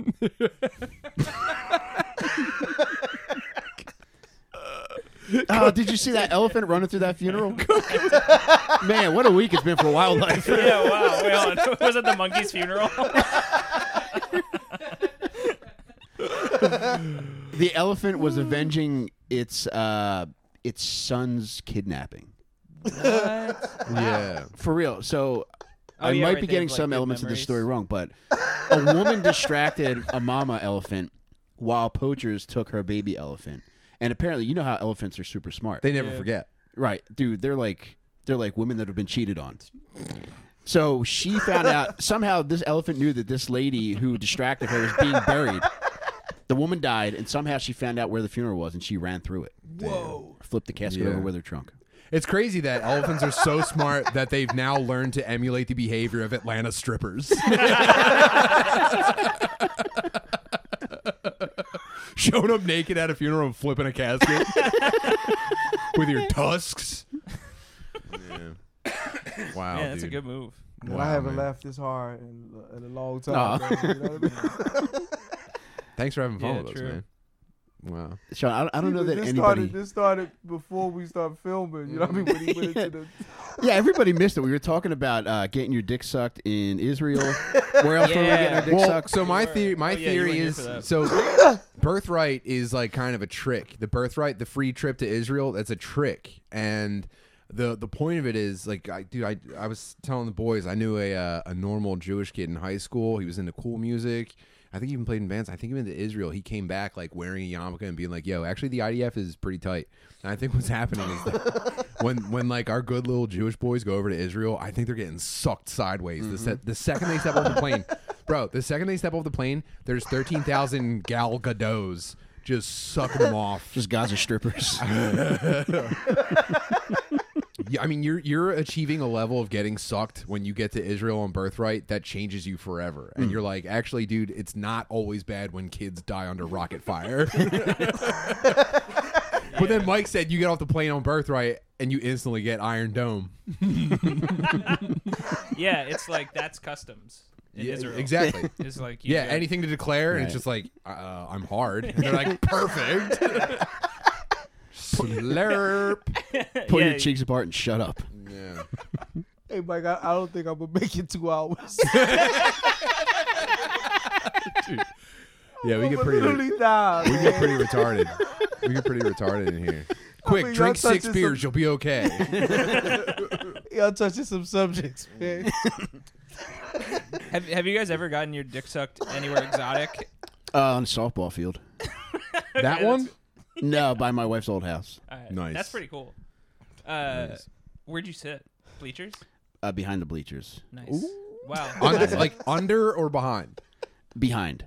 Speaker 2: oh, did you see that elephant running through that funeral? Man, what a week it's been for wildlife.
Speaker 4: Yeah, wow. Wait, hold on. Was it the monkey's funeral?
Speaker 2: The elephant was avenging its uh, its son's kidnapping.
Speaker 1: Yeah.
Speaker 2: For real. So
Speaker 4: Oh,
Speaker 2: I
Speaker 4: yeah,
Speaker 2: might
Speaker 4: right,
Speaker 2: be
Speaker 4: they
Speaker 2: getting
Speaker 4: have, like,
Speaker 2: some
Speaker 4: good
Speaker 2: elements of
Speaker 4: memories.
Speaker 2: the story wrong, but a woman distracted a mama elephant while poachers took her baby elephant. And apparently, you know how elephants are super smart.
Speaker 1: They never forget.
Speaker 2: right, dude, they're like they're like women that have been cheated on. So she found out somehow this elephant knew that this lady who distracted her was being buried. The woman died, and somehow she found out where the funeral was, and she ran through it. Whoa! Flipped the casket
Speaker 1: Yeah.
Speaker 2: over with her trunk.
Speaker 1: It's crazy that elephants are so smart that they've now learned to emulate the behavior of Atlanta strippers. Showing up naked at a funeral and flipping a casket with your tusks. Wow.
Speaker 4: yeah, that's a
Speaker 1: dude.
Speaker 4: good move.
Speaker 3: Man,
Speaker 1: Wow,
Speaker 3: I haven't
Speaker 1: man.
Speaker 3: laughed this hard in, in a long time.
Speaker 2: Aw.
Speaker 3: man, you know what I mean?
Speaker 1: Thanks for having fun
Speaker 4: Yeah,
Speaker 1: with
Speaker 4: true.
Speaker 1: us, man. Wow.
Speaker 2: Sean, I, I don't know
Speaker 3: But
Speaker 2: that
Speaker 3: this
Speaker 2: anybody.
Speaker 3: Started, this started before we started filming. You know what I mean? When he went into the,
Speaker 2: Yeah, everybody missed it. We were talking about uh, getting your dick sucked in Israel. Where else were we getting our
Speaker 4: Yeah.
Speaker 2: dick
Speaker 1: well,
Speaker 2: sucked?
Speaker 1: so my
Speaker 4: You were.
Speaker 1: theory, my
Speaker 4: Oh, yeah, you
Speaker 1: theory
Speaker 4: weren't here for
Speaker 1: is
Speaker 4: that.
Speaker 1: so birthright is like kind of a trick. The birthright, the free trip to Israel, that's a trick. And the the point of it is like, I dude, I I was telling the boys, I knew a uh, a normal Jewish kid in high school. He was into cool music. I think he even played in bands. I think he went to Israel. He came back like wearing a yarmulke and being like, "Yo, actually, the IDF is pretty tight." And I think what's happening is that when when like our good little Jewish boys go over to Israel, I think they're getting sucked sideways. The, se- the second they step off the plane, bro. The second they step off the plane, there's thirteen thousand Gal Gadots just sucking them off.
Speaker 2: Just Gaza strippers.
Speaker 1: Yeah, I mean, you're you're achieving a level of getting sucked when you get to Israel on birthright that changes you forever, and you're like, actually, dude, it's not always bad when kids die under rocket fire. but then Mike said you get off the plane on birthright and you instantly get Iron Dome.
Speaker 4: yeah, it's like that's customs in
Speaker 1: Yeah,
Speaker 4: Israel.
Speaker 1: exactly.
Speaker 4: It's like you
Speaker 1: Yeah,
Speaker 4: go-
Speaker 1: anything to declare, and
Speaker 2: Right.
Speaker 1: it's just like uh, I'm hard. And they're like perfect. Slurp.
Speaker 2: Put
Speaker 4: yeah,
Speaker 2: your cheeks apart and shut up.
Speaker 1: Yeah.
Speaker 3: Hey, Mike, I, I don't think I'm gonna make it two hours.
Speaker 1: yeah, we
Speaker 3: I'm
Speaker 1: get
Speaker 3: gonna
Speaker 1: pretty.
Speaker 3: literally die.
Speaker 1: We get pretty retarded. We get pretty retarded in here. Quick,
Speaker 3: mean,
Speaker 1: drink
Speaker 3: y'all
Speaker 1: six
Speaker 3: touching
Speaker 1: beers, you'll be okay.
Speaker 3: Y'all touching some subjects, man.
Speaker 4: Have, have you guys ever gotten your dick sucked anywhere exotic?
Speaker 2: Uh, on a softball field.
Speaker 1: that
Speaker 4: that's-
Speaker 1: one?
Speaker 2: No, by my wife's old house.
Speaker 4: Alright,
Speaker 1: Nice.
Speaker 4: That's pretty cool. Uh, Where'd you sit? Bleachers.
Speaker 2: Uh, behind the bleachers.
Speaker 4: Nice. Wow.
Speaker 1: Un- like under or behind?
Speaker 2: Behind.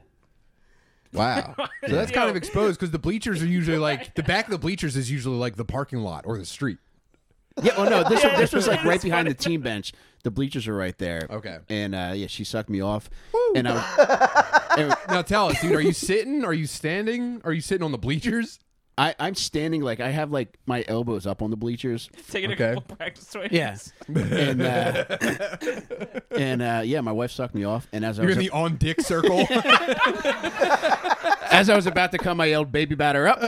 Speaker 1: Wow. So that's kind
Speaker 4: Yo.
Speaker 1: of exposed because the bleachers are usually like the back of the bleachers is usually like the parking lot or the street.
Speaker 2: Yeah, oh no, this, this was like right behind the team bench. The bleachers are right there.
Speaker 1: Okay.
Speaker 2: And uh, yeah, she sucked me off. And I was, and
Speaker 1: Now tell us, dude, are you sitting? Are you standing? Are you sitting on the bleachers?
Speaker 2: I, I'm standing like I have like my elbows up on the bleachers.
Speaker 4: Taking
Speaker 1: Okay.
Speaker 4: a couple practice swings.
Speaker 2: And uh, and uh, yeah, my wife sucked me off. And as I
Speaker 1: You're
Speaker 2: was
Speaker 1: in the on dick circle.
Speaker 2: as I was about to come, I yelled, "Baby, batter up!"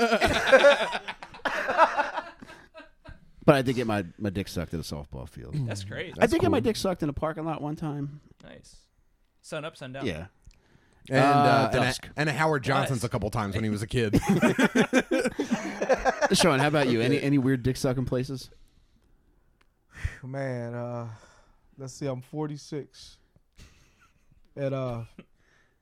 Speaker 2: but I did get my, my dick sucked at a softball field.
Speaker 4: Mm. That's great.
Speaker 2: I did get my dick sucked in a parking lot one time.
Speaker 4: Nice. Sun up, sun down.
Speaker 2: Yeah,
Speaker 1: and, uh,
Speaker 2: Uh,
Speaker 1: and, a,
Speaker 2: dusk.
Speaker 1: and a Howard Johnson's a couple times when he was a kid.
Speaker 2: Sean, how about you? Any any weird dick sucking places?
Speaker 3: Man, uh, let's see. I'm 46, and uh,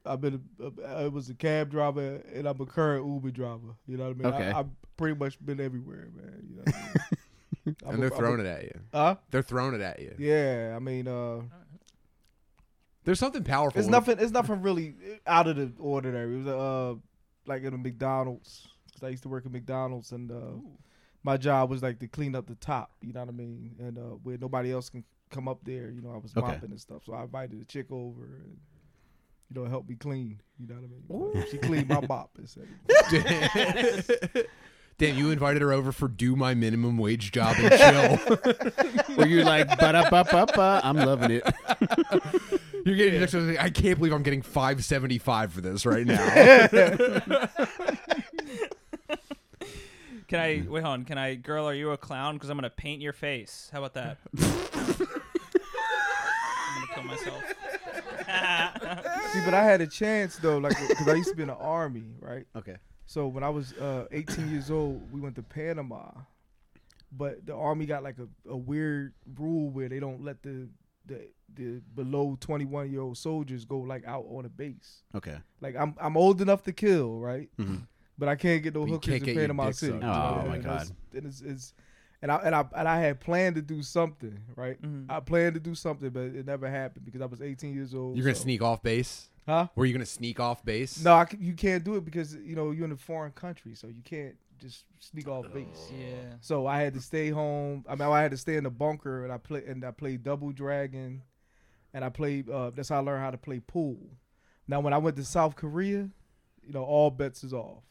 Speaker 3: I've been. A, I was a cab driver, and I'm a current Uber driver. You know what I mean?
Speaker 2: Okay.
Speaker 3: I, I've pretty much been everywhere, man. You know what I mean? I'm
Speaker 1: and they're
Speaker 3: a- I'm
Speaker 1: throwing
Speaker 3: a,
Speaker 1: it at you.
Speaker 3: Huh?
Speaker 1: They're throwing it at you.
Speaker 3: Yeah, I mean, uh,
Speaker 1: There's something powerful.
Speaker 3: it's
Speaker 1: when-
Speaker 3: nothing. It's nothing really out of the ordinary. It was uh, like in a McDonald's. 'Cause I used to work at McDonald's, and uh, my job was like to clean up the top. You know what I mean? And uh, where nobody else can come up there. You know, I was
Speaker 2: Okay.
Speaker 3: mopping and stuff, so I invited a chick over. and you know, help me clean. You know what I mean? She cleaned my mop. And said,
Speaker 1: Damn, you invited her over for do my minimum wage job and chill.
Speaker 2: Were you like, "But up, up, up, uh, I'm loving it."
Speaker 1: You're getting next to I can't believe I'm getting 575 for this right now.
Speaker 4: Can
Speaker 2: Mm.
Speaker 4: I wait? Hold on. Can I, girl? Are you a clown? Because I'm gonna paint your face. How about that? I'm gonna kill myself.
Speaker 3: see, but I had a chance though, like because I used to be in the army, right?
Speaker 2: Okay.
Speaker 3: So when I was uh, 18 years old, we went to Panama, but the army got like a, a weird rule where they don't let the the, the below 21 year old soldiers go like out on a base.
Speaker 2: Okay.
Speaker 3: Like I'm I'm old enough to kill, right?
Speaker 2: Mm-hmm.
Speaker 3: But I can't get no
Speaker 1: But you
Speaker 3: hookers
Speaker 1: can't get
Speaker 3: in
Speaker 1: your
Speaker 3: Panama
Speaker 1: dick
Speaker 3: City.
Speaker 1: sucked.
Speaker 2: Oh,
Speaker 3: And
Speaker 2: my
Speaker 3: it's-
Speaker 2: God.
Speaker 3: And it's, it's and I and I and I had planned to do something, right?
Speaker 1: Mm-hmm.
Speaker 5: Mm-hmm.
Speaker 3: I planned to do something, but it never happened because I was 18 years old.
Speaker 1: You're gonna
Speaker 3: so-
Speaker 1: sneak off base.
Speaker 3: huh?
Speaker 1: Were you gonna sneak off base?
Speaker 3: No, I c you can't do it because you know you're in a foreign country, so you can't just sneak off base.
Speaker 4: Yeah.
Speaker 3: So I had to stay home. I mean, I had to stay in the bunker, and I play and I played Double Dragon, and I played. Uh, that's how I learned how to play pool. Now, when I went to South Korea, you know, all bets is off.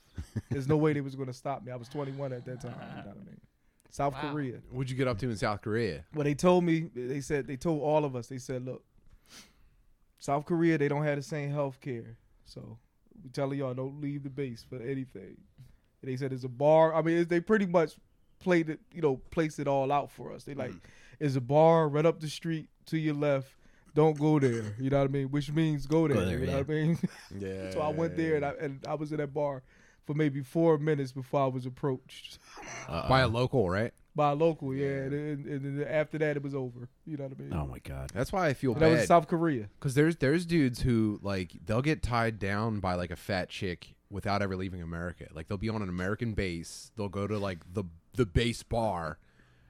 Speaker 3: There's no way they was gonna stop me. I was 21 at that time. You know what I mean? South Korea.
Speaker 1: What'd you get up to in South Korea?
Speaker 3: Well, they told me, they said, they told all of us, they said, look, South Korea, they don't have the same health care. So we telling y'all, don't leave the base for anything.
Speaker 2: Mm.
Speaker 3: And they said, there's a bar. I mean, they pretty much played it, you know, placed it all out for us. They like, is a bar right up the street to your left. Don't go there. You know what I mean? Which means go there.
Speaker 2: there,
Speaker 3: you know
Speaker 2: yeah.
Speaker 3: what I mean?
Speaker 1: Yeah.
Speaker 3: so I went there and I, and I was in that bar for maybe four minutes before I was approached
Speaker 1: by a local, right?
Speaker 3: by a local. Yeah, and, and, and then after that it was over. You know what I mean?
Speaker 2: Oh my god.
Speaker 1: That's why I feel
Speaker 3: And that was
Speaker 1: bad.
Speaker 3: South Korea.
Speaker 1: Because there's there's dudes who like they'll get tied down by like a fat chick without ever leaving America. Like they'll be on an American base, they'll go to like the the base bar,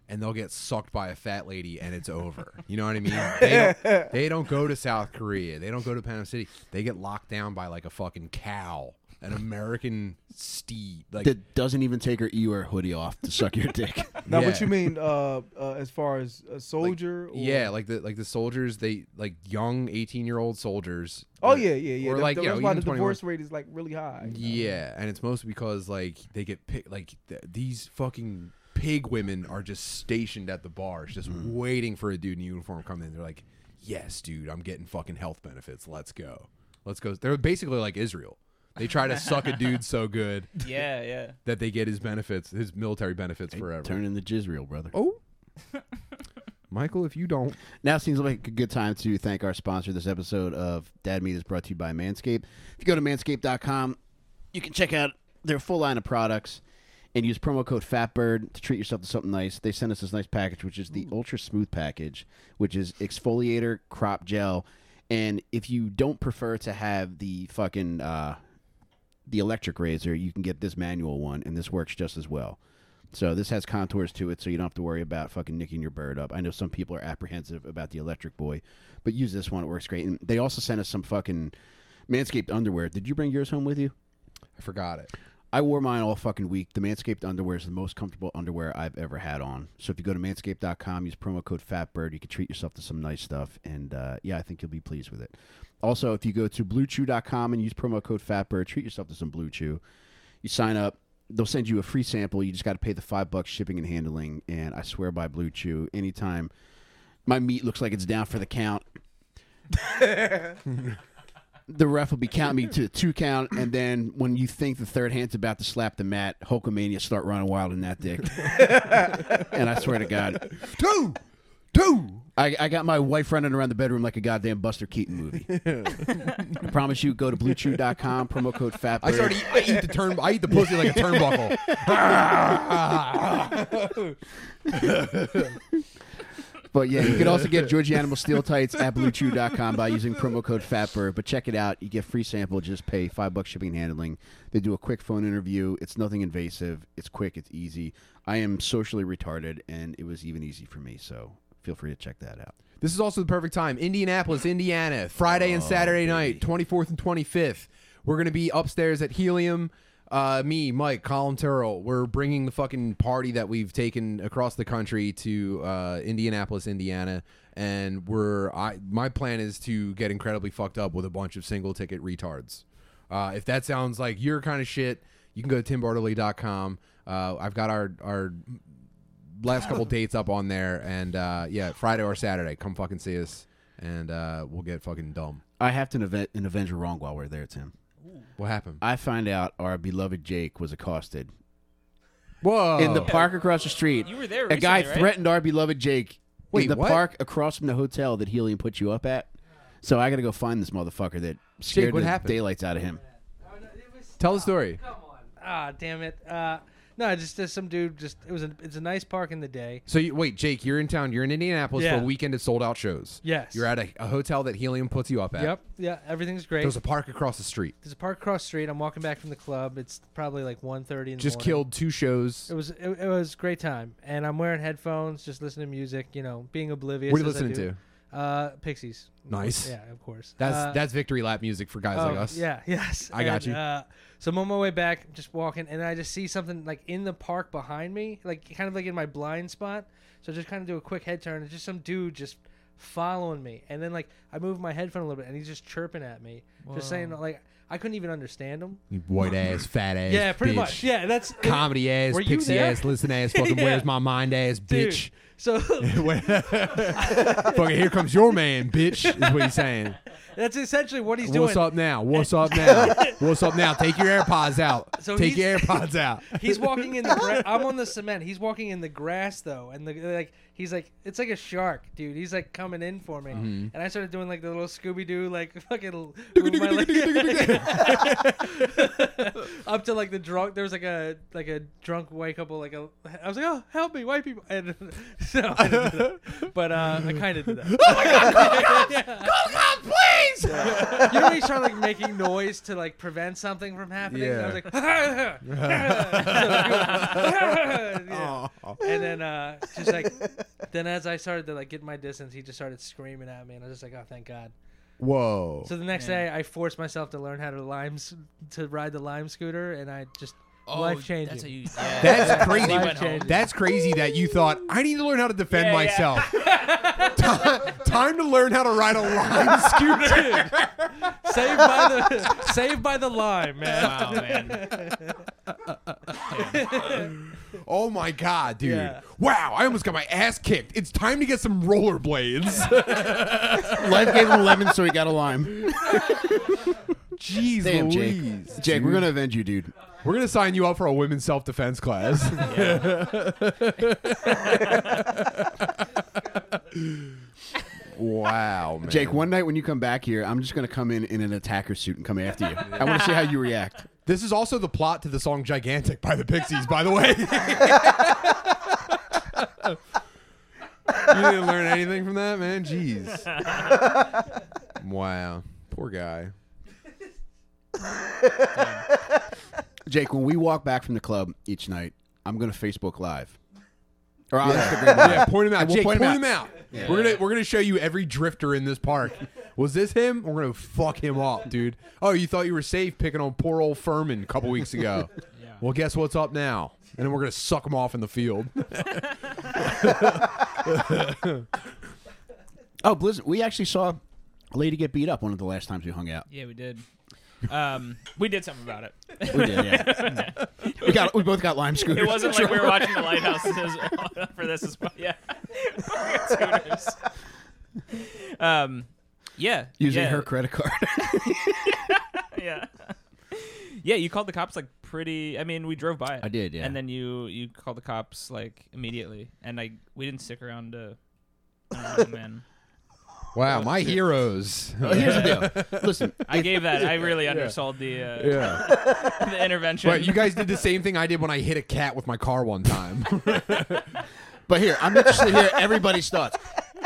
Speaker 1: and they'll get sucked by a fat lady, and it's over. You know what I mean? They don't, they don't go to South Korea. They don't go to Panama City. They get locked down by like a fucking cow, an American steed. Like
Speaker 2: That doesn't even take her Eeyore hoodie off to suck your dick.
Speaker 3: Now,
Speaker 1: Yeah.
Speaker 3: what you mean uh, uh, as far as a soldier? or,
Speaker 1: yeah, like the like the soldiers, they like young eighteen year old soldiers.
Speaker 3: Oh
Speaker 1: or-
Speaker 3: yeah, yeah, yeah.
Speaker 1: Or
Speaker 3: That-
Speaker 1: like you
Speaker 3: that's
Speaker 1: know,
Speaker 3: why
Speaker 1: even
Speaker 3: the
Speaker 1: 21
Speaker 3: divorce rate is like really high.
Speaker 1: Yeah, and it's mostly because like they get picked. Like th- these fucking pig women are just stationed at the bars, just waiting for a dude in uniform to come in. They're like, "Yes, dude, I'm getting fucking health benefits. Let's go, let's go." They're basically like Israel. They try to suck a dude so good
Speaker 4: Yeah, yeah.
Speaker 1: that they get his benefits, his military benefits forever.
Speaker 2: Turn into Jizreel, brother.
Speaker 1: oh, Michael, if you don't,
Speaker 2: Now seems like a good time to thank our sponsor. This episode of Dad Meat is brought to you by Manscaped. If you go to manscaped.com, you can check out their full line of products and use promo code FATBIRD to treat yourself to something nice. They sent us this nice package, which is the Ultra Smooth Package, which is exfoliator, crop gel, and if you don't prefer to have the fucking uh, the electric razor, you can get this manual one, and this works just as well. So this has contours to it, so you don't have to worry about fucking nicking your bird up. I know some people are apprehensive about the electric boy, but use this one; it works great. And they also sent us some fucking Manscaped underwear. Did you bring yours home with you?
Speaker 1: I forgot it.
Speaker 2: I wore mine all fucking week. The Manscaped underwear is the most comfortable underwear I've ever had on. So if you go to manscaped.com, use promo code FATBIRD, you can treat yourself to some nice stuff. And uh, yeah, I think you'll be pleased with it. Also, if you go to bluechew.com and use promo code FATBIRD, treat yourself to some Blue Chew. You sign up, they'll send you a free sample. You just got to pay the five bucks shipping and handling. And I swear by Blue Chew, anytime my meat looks like it's down for the count, the ref will be counting me to a two count, and then when you think the third hand's about to slap the mat, Hulkamania start running wild in that dick. and I swear to God,
Speaker 1: Two, two.
Speaker 2: I, I got my wife running around the bedroom like a goddamn Buster Keaton movie. I promise you, go to bluechew.com, promo code FATBIRD.
Speaker 1: I started. I eat the turn. I eat the pussy like a turnbuckle.
Speaker 2: But yeah, you can also get Georgie Animal Steel Tights at BlueChew.com by using promo code FATBIRD. But check it out. You get free sample. Just pay five bucks shipping and handling. They do a quick phone interview. It's nothing invasive. It's quick. It's easy. I am socially retarded, and it was even easy for me. So feel free to check that out.
Speaker 1: This is also the perfect time. Indianapolis, Indiana, Friday and Saturday night, 24th and 25th. We're going to be upstairs at Helium. Uh, me, Mike, Colin Terrell. We're bringing the fucking party that we've taken across the country to uh, Indianapolis, Indiana, and we're. I my plan is to get incredibly fucked up with a bunch of single ticket retards. Uh, if that sounds like your kind of shit, you can go to timbartley.com. Uh, I've got our our last couple dates up on there, and uh, yeah, Friday or Saturday, come fucking see us, and uh, we'll get fucking dumb.
Speaker 2: I have to aven- an Avenger wrong while we're there, Tim.
Speaker 1: What happened?
Speaker 2: I find out our beloved Jake was accosted
Speaker 1: Whoa!
Speaker 2: in the park across the street.
Speaker 4: You were there
Speaker 2: A guy
Speaker 4: recently, right?
Speaker 2: threatened our beloved Jake
Speaker 1: Wait,
Speaker 2: in the
Speaker 1: what?
Speaker 2: park across from the hotel that Helium put you up at. So I got to go find this motherfucker that scared
Speaker 1: what
Speaker 2: the
Speaker 1: happened?
Speaker 2: daylights out of him.
Speaker 5: Oh, no, it was-
Speaker 1: Tell the story.
Speaker 5: Come on. Ah, damn it. Uh, no, just just some dude. Just it was. A, it's a nice park in the day.
Speaker 1: So you, wait, Jake, you're in town. You're in Indianapolis
Speaker 5: Yeah.
Speaker 1: for a weekend of sold out shows.
Speaker 5: Yes.
Speaker 1: You're at a, a hotel that Helium puts you up at.
Speaker 5: Yep. Yeah. Everything's great.
Speaker 1: There's a park across the street.
Speaker 5: There's a park across the street. I'm walking back from the club. It's probably like 1.30 in the morning.
Speaker 1: Just killed two shows.
Speaker 5: It was it, it was a great time, and I'm wearing headphones, just listening to music. You know, being oblivious.
Speaker 1: What are you
Speaker 5: as I
Speaker 1: listening
Speaker 5: do.
Speaker 1: to?
Speaker 5: Uh, Pixies.
Speaker 1: Nice.
Speaker 5: Yeah, of course.
Speaker 1: That's
Speaker 5: Uh,
Speaker 1: that's victory lap music for guys like
Speaker 5: oh,
Speaker 1: us.
Speaker 5: Yeah. Yes.
Speaker 1: I got
Speaker 5: And,
Speaker 1: you.
Speaker 5: Uh, so I'm on my way back, just walking, and I just see something like in the park behind me, like kind of like in my blind spot. So I just kind of do a quick head turn, and just some dude just following me, and then like I move my headphone a little bit, and he's just chirping at me, just saying like I couldn't even understand him.
Speaker 1: You White ass, fat ass.
Speaker 5: yeah, pretty
Speaker 1: bitch.
Speaker 5: much. Yeah, that's
Speaker 1: Comedy ass,
Speaker 5: Were you
Speaker 1: pixie
Speaker 5: there?
Speaker 1: ass, listen ass, fucking
Speaker 5: Yeah.
Speaker 1: where's my mind ass,
Speaker 5: dude.
Speaker 1: bitch.
Speaker 5: So
Speaker 1: fucking here comes your man, bitch, is what he's saying.
Speaker 5: That's essentially what he's
Speaker 1: What's
Speaker 5: doing.
Speaker 1: up now? What's up now? What's up now? Take your AirPods out.
Speaker 5: so
Speaker 1: Take
Speaker 5: he's-
Speaker 1: your AirPods out.
Speaker 5: He's walking in the. Gra- I'm on the cement. He's walking in the grass though, and the like. He's like, it's like a shark, dude. He's like coming in for me, and I started doing like the little Scooby Doo, like fucking l- move my leg- up to like the drunk. There was like a like a drunk white couple. Like a, I was like, oh help me, white people. And so, I didn't do that. but uh, I kind of did that. Oh my god,
Speaker 1: please.
Speaker 5: you know when you start like making noise to like prevent something from happening? And I was like, Yeah. and then uh, just like then as I started to like get my distance, he just started screaming at me, and I was just like, oh thank God.
Speaker 1: Whoa.
Speaker 5: So the next
Speaker 4: Man.
Speaker 5: day, I forced myself to learn how to lime s- to ride the lime scooter, and I just
Speaker 4: Oh,
Speaker 5: life changing.
Speaker 4: That's, how you,
Speaker 1: That's
Speaker 4: yeah.
Speaker 1: crazy.
Speaker 4: He went home.
Speaker 5: Life-changing.
Speaker 1: That's crazy that you thought I need to learn how to defend
Speaker 4: Yeah, yeah.
Speaker 1: myself. Ti- Time to learn how to ride a line scooter.
Speaker 5: saved by the saved by the lime, man.
Speaker 4: Wow, man.
Speaker 1: Oh my god, dude!
Speaker 5: Yeah.
Speaker 1: Wow, I almost got my ass kicked. It's time to get some rollerblades.
Speaker 2: Life gave him a lemon, so he got a lime.
Speaker 1: Jeez
Speaker 2: Damn, Jake.
Speaker 1: Louise,
Speaker 2: Jake,
Speaker 1: dude.
Speaker 2: we're gonna avenge you, dude.
Speaker 1: we're gonna sign you up for a women's self defense class. wow, man.
Speaker 2: Jake, one night when you come back here, I'm just gonna come in in an attacker suit and come after you. I want to see how you react.
Speaker 1: This is also the plot to the song "Gigantic" by the Pixies. By the way, you didn't learn anything from that, man. Jeez. Wow, poor guy.
Speaker 2: Jake, when we walk back from the club each night, I'm gonna Facebook Live or on Instagram.
Speaker 1: yeah, point him out,
Speaker 2: We'll
Speaker 1: Jake.
Speaker 2: point
Speaker 1: Point, him
Speaker 2: him
Speaker 1: out. We're gonna we're gonna show you every drifter in this park. Was this him? We're gonna fuck him up, dude. Oh, you thought you were safe picking on poor old Furman a couple weeks ago.
Speaker 4: Yeah.
Speaker 1: Well, guess what's up now? And then we're gonna suck him off in the field.
Speaker 2: Oh, Blizzard, we actually saw a lady get beat up one of the last times we hung out.
Speaker 4: Yeah, we did. Um, we did something about it.
Speaker 2: We did, yeah. we got we both got lime scooters.
Speaker 4: It wasn't like we were watching the lighthouse for this as well. Yeah. Scooters. um, yeah.
Speaker 2: using
Speaker 4: yeah,
Speaker 2: her credit card.
Speaker 4: Yeah. Yeah, you called the cops like pretty. I mean, we drove by it.
Speaker 2: I did, yeah.
Speaker 4: And then you you called the cops like immediately, and I we didn't stick around to. I don't know, man,
Speaker 1: Wow, my heroes.
Speaker 2: But here's the deal. Listen,
Speaker 4: I gave that. I really undersold the uh,
Speaker 1: yeah.
Speaker 4: the intervention.
Speaker 1: But you guys did the same thing I did when I hit a cat with my car one time.
Speaker 2: but here I'm interested to hear everybody's thoughts.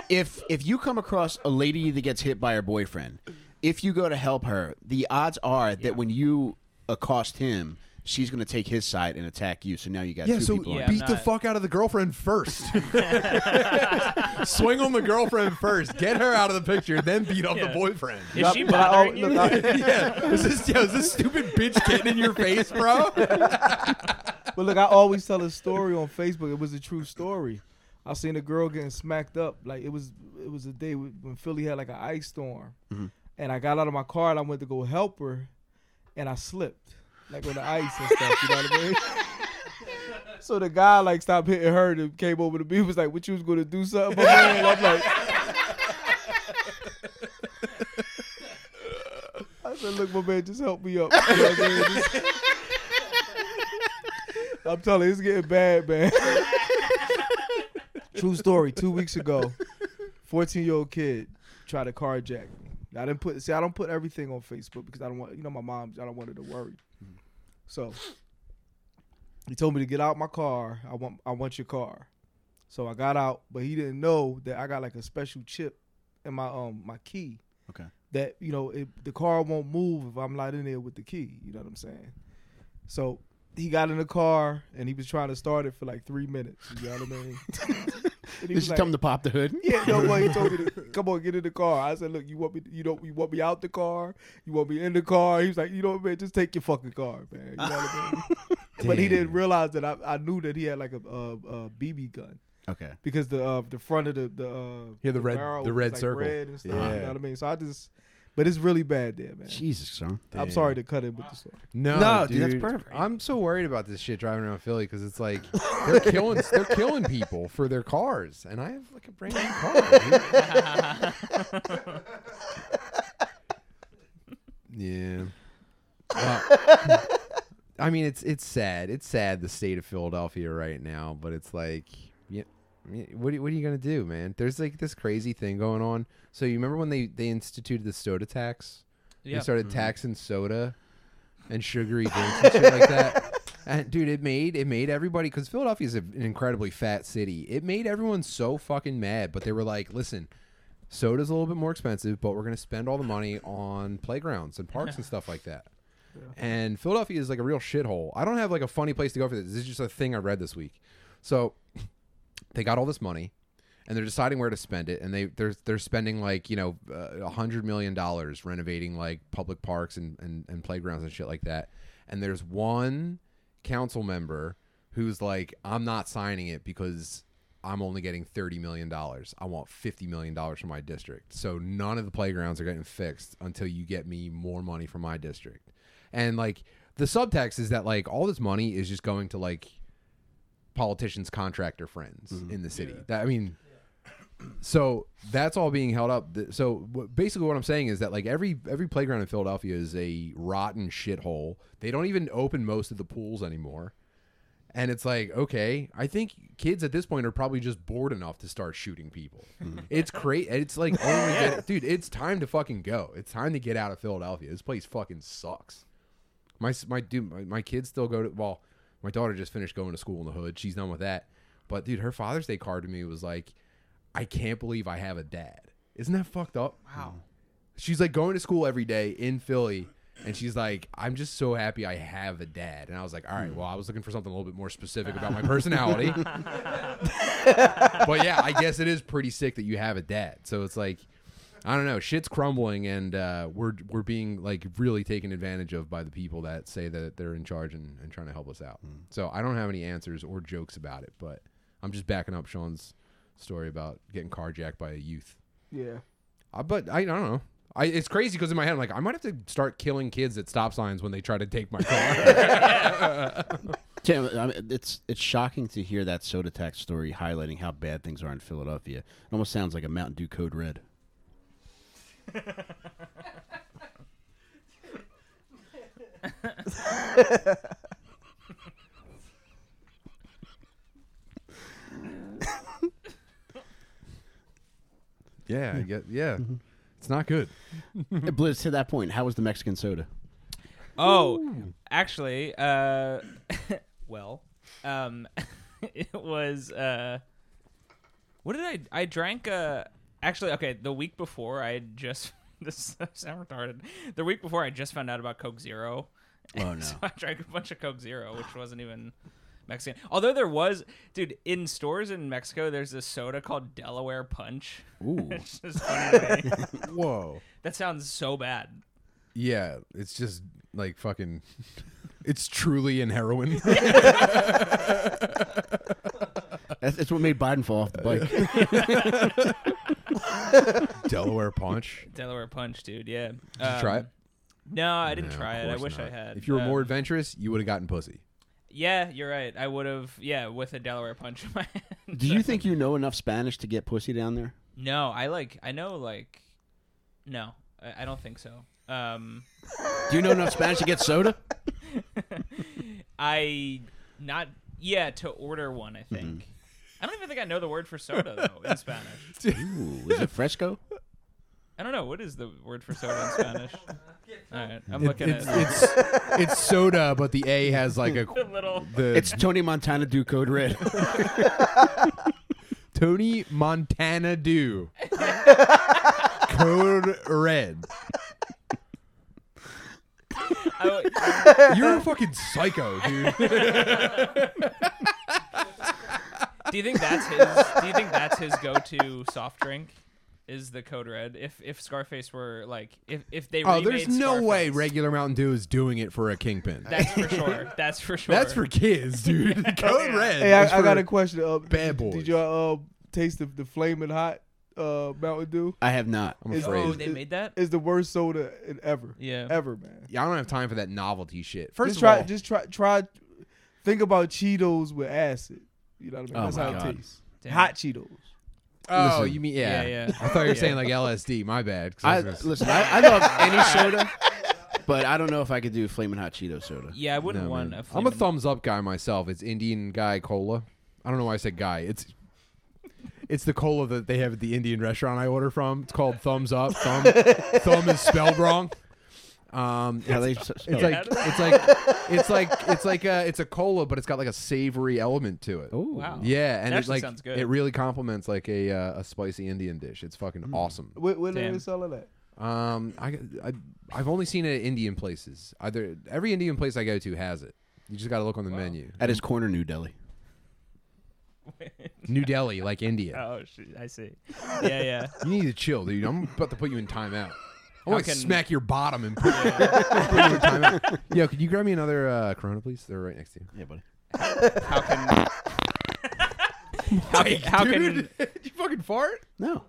Speaker 2: If if you come across a lady that gets hit by her boyfriend, if you go to help her, the odds are that when you accost him, she's going to take his side and attack you. So now you got
Speaker 1: yeah,
Speaker 2: two
Speaker 1: so
Speaker 2: people. on
Speaker 4: Yeah,
Speaker 2: you.
Speaker 1: beat the
Speaker 4: not-
Speaker 1: fuck out of the girlfriend first. Swing on the girlfriend first. Get her out of the picture, then beat up
Speaker 4: Yeah.
Speaker 1: the boyfriend.
Speaker 4: is she
Speaker 3: But I al-
Speaker 4: bothering you?
Speaker 3: look, I-
Speaker 1: yeah. Is this, yo, is this stupid bitch getting in your face, bro?
Speaker 3: But look, I always tell a story on Facebook. It was a true story. I seen a girl getting smacked up. Like it was, it was a day when Philly had like an ice storm, and I got out of my car and I went to go help her, and I slipped like on the ice and stuff. You know what I mean? So the guy like stopped hitting her and came over to me. He was like, "What you was gonna do something?" But I'm like, I said, "Look, my man, just help me up." You know what I'm saying? Just- I'm telling you, it's getting bad, man. True story. Two weeks ago, 14 year old kid tried to carjack me. I didn't put see. I don't put everything on Facebook because I don't want you know my mom. I don't want her to worry.
Speaker 2: Mm-hmm.
Speaker 3: So he told me to get out my car. I want I want your car. So I got out, but he didn't know that I got like a special chip in my um my key.
Speaker 2: Okay.
Speaker 3: That you know it, the car won't move if I'm not in there with the key. You know what I'm saying? So he got in the car and he was trying to start it for like three minutes. You know what I mean? And he
Speaker 2: Did
Speaker 3: was
Speaker 2: she
Speaker 3: like-
Speaker 2: tell him to pop the hood?
Speaker 3: yeah, no, well, he told me to come on, get in the car. I said, look, you want me? You don't? You want me out the car? You want me in the car? He was like, you know what, man, just take your fucking car, man. You know what I mean? but he didn't realize that I, I knew that he had like a, a, a BB gun
Speaker 2: Okay.
Speaker 3: because the uh, the front of the the uh,
Speaker 1: Yeah, the red-
Speaker 3: barrel
Speaker 1: the
Speaker 3: was,
Speaker 1: red
Speaker 3: like,
Speaker 1: circle.
Speaker 3: red and stuff. You
Speaker 1: Yeah.
Speaker 3: know what I mean? So I just, but it's really bad there, man.
Speaker 2: Jesus, son.
Speaker 3: I'm sorry to cut it, but the story.
Speaker 1: No,
Speaker 2: No, dude, that's perfect.
Speaker 1: I'm so worried about this shit driving around Philly because it's like they're killing they're killing people for their cars, and I have like a brand new car. dude. yeah. Well, I I mean, it's it's sad. It's sad the state of Philadelphia right now, but it's like, yeah, I mean, what are, what are you gonna do, man? There's like this crazy thing going on. So you remember when they they instituted the soda tax?
Speaker 4: Yeah.
Speaker 1: They started taxing soda and sugary drinks and shit like that. And dude, it made it made everybody because Philadelphia is an incredibly fat city. It made everyone so fucking mad. But they were like, listen. Soda's a little bit more expensive, but we're going to spend all the money on playgrounds and parks and stuff like that and Philadelphia is like a real shithole. I don't have like a funny place to go for this. This is just a thing I read this week. So they got all this money, and they're deciding where to spend it, and they they're they're spending like you know uh, a hundred million dollars renovating like public parks and, and and playgrounds and shit like that. And there's one council member who's like, I'm not signing it because. I'm only getting thirty million dollars. I want fifty million dollars from my district. So none of the playgrounds are getting fixed until you get me more money from my district and like the subtext is that like all this money is just going to like politicians contractor friends in the city that i mean so that's all being held up Th- so w- basically what i'm saying is that like every every playground in philadelphia is a rotten shithole they don't even open most of the pools anymore and it's like okay i think kids at this point are probably just bored enough to start shooting people it's crazy it's like only get- dude it's time to fucking go it's time to get out of philadelphia this place fucking sucks my s- my dude, my, my kids still go to. Well, my daughter just finished going to school in the hood. She's done with that. But dude, her Father's Day card to me was like, I can't believe I have a dad. Isn't that fucked up? Wow. She's like going to school every day in Philly, and she's like, I'm just so happy I have a dad. And I was like, all right, well, I was looking for something a little bit more specific about my personality. but yeah, I guess it is pretty sick that you have a dad. So it's like. I don't know. Shit's crumbling, and uh, we're we're being like really taken advantage of by the people that say that they're in charge and, and trying to help us out. So I don't have any answers or jokes about it, but I'm just backing up Sean's story about getting carjacked by a youth.
Speaker 3: Yeah.
Speaker 1: I, but I, I don't know. I, it's crazy because in my head, I'm like, I might have to start killing kids at stop signs when they try to take my car.
Speaker 2: Tim, I mean, it's it's shocking to hear that soda tax story highlighting how bad things are in Philadelphia. It almost sounds like a Mountain Dew Code Red.
Speaker 1: yeah, I get, yeah. It's not good.
Speaker 2: Hey, Blizz, to that point, how was the Mexican soda?
Speaker 4: Oh, actually, uh, well, um, it was. Uh, what did I? I drank. Uh, actually, okay. The week before, I had just. This I sound retarded. The week before, I just found out about Coke Zero.
Speaker 2: Oh, no.
Speaker 4: so I drank a bunch of Coke Zero, which wasn't even Mexican. Although there was, dude, in stores in Mexico, there's this soda called Delaware Punch.
Speaker 2: Ooh.
Speaker 4: It's just funny to me.
Speaker 1: Whoa.
Speaker 4: that sounds so bad.
Speaker 1: Yeah, it's just like fucking. It's truly in heroin.
Speaker 2: That's, that's what made Biden fall off the bike.
Speaker 1: Delaware punch.
Speaker 4: Delaware Punch, dude. Yeah.
Speaker 1: Did you try
Speaker 4: Um,
Speaker 1: it?
Speaker 4: No, I didn't
Speaker 1: No,
Speaker 4: try
Speaker 1: of
Speaker 4: it. I
Speaker 1: course
Speaker 4: wish I
Speaker 1: not.
Speaker 4: had.
Speaker 1: If you were
Speaker 4: Um,
Speaker 1: more adventurous, you would have gotten pussy.
Speaker 4: yeah, you're right. I would have. Yeah, with a Delaware punch in my hand.
Speaker 2: Do you think you know enough Spanish to get pussy down there?
Speaker 4: No, I like. I know like. No, I, I don't think so. Um,
Speaker 2: Do you know enough Spanish to get soda?
Speaker 4: I not. Yeah, to order one. I
Speaker 1: Mm-hmm.
Speaker 4: think. I don't even think I know the word for soda though in Spanish.
Speaker 2: Ooh, is it fresco?
Speaker 4: I don't know what is the word for soda in Spanish. All right, I'm looking
Speaker 1: it's,
Speaker 4: at
Speaker 1: it's it's soda, but the A has like a
Speaker 4: a little.
Speaker 1: the
Speaker 2: It's Tony Montana do Code Red.
Speaker 1: Tony Montana Dew code red.
Speaker 4: I,
Speaker 1: You're a fucking psycho, dude.
Speaker 4: do you think that's his? Do you think that's his go-to soft drink? Is the Code Red? If if Scarface were like if if they
Speaker 1: Oh,
Speaker 4: remade
Speaker 1: there's no way
Speaker 4: Scarface-
Speaker 1: regular Mountain Dew is doing it for a kingpin.
Speaker 4: That's for sure. That's for sure.
Speaker 1: That's for kids, dude. Code red.
Speaker 3: Hey,
Speaker 1: is
Speaker 3: I, I
Speaker 1: for-
Speaker 3: got a question. Uh,
Speaker 1: bad boys.
Speaker 3: Did y'all uh, taste the, the flaming hot uh, Mountain Dew?
Speaker 2: I have not.
Speaker 1: I'm
Speaker 3: It's-
Speaker 1: afraid.
Speaker 4: Oh,
Speaker 3: phrase.
Speaker 4: they made that.
Speaker 3: It's the worst soda in ever.
Speaker 4: Yeah.
Speaker 3: Ever, man.
Speaker 1: yeah, I don't have time for that novelty shit. First
Speaker 3: just
Speaker 1: of
Speaker 3: try,
Speaker 1: all,
Speaker 3: just try, try. Think about Cheetos with acid. You know what I mean?
Speaker 2: Oh
Speaker 3: That's
Speaker 2: my
Speaker 3: how
Speaker 2: God.
Speaker 3: it tastes.
Speaker 4: Damn.
Speaker 3: Hot Cheetos.
Speaker 1: oh,
Speaker 2: listen.
Speaker 1: you mean yeah?
Speaker 4: Yeah, yeah.
Speaker 1: I thought you were
Speaker 4: Yeah.
Speaker 1: saying like LSD. My bad. 'cause
Speaker 2: I
Speaker 1: was gonna say-
Speaker 2: listen. I, I love any soda. but I don't know if I could do flaming hot Cheeto soda.
Speaker 4: Yeah, I wouldn't
Speaker 1: No,
Speaker 4: want
Speaker 1: man.
Speaker 4: a.
Speaker 1: I'm a
Speaker 4: Flamin'
Speaker 1: thumbs up guy myself. It's Indian guy cola. I don't know why I said guy. It's it's the cola that they have at the Indian restaurant I order from. It's called thumbs up. Thumb thumb is spelled wrong. Um,
Speaker 2: Yeah, they s-
Speaker 1: it's
Speaker 2: smell it.
Speaker 1: like it's like it's like it's like a, it's a cola, but it's got like a savory element to it.
Speaker 2: Ooh.
Speaker 4: Wow.
Speaker 1: Yeah, and
Speaker 4: That
Speaker 1: it
Speaker 4: actually
Speaker 1: like
Speaker 4: sounds good.
Speaker 1: it really complements like a uh, a spicy Indian dish. It's fucking awesome.
Speaker 3: Where, where
Speaker 4: Damn.
Speaker 3: they selling that?
Speaker 1: Um, I, I I've only seen it at Indian places. Either every Indian place I go to has it. You just got to look on the menu.
Speaker 2: At his corner, New Delhi.
Speaker 1: New Delhi, like India.
Speaker 4: Oh, shit, I see. Yeah, yeah.
Speaker 1: You need to chill, dude. I'm about to put you in timeout. I want to
Speaker 4: Oh. can-
Speaker 1: smack your bottom and put, put you in timeout. Yo, could you grab me another uh, Corona, please? They're right next to you.
Speaker 2: Yeah, buddy.
Speaker 4: How can? how can? How can
Speaker 1: Did you fucking fart?
Speaker 2: No.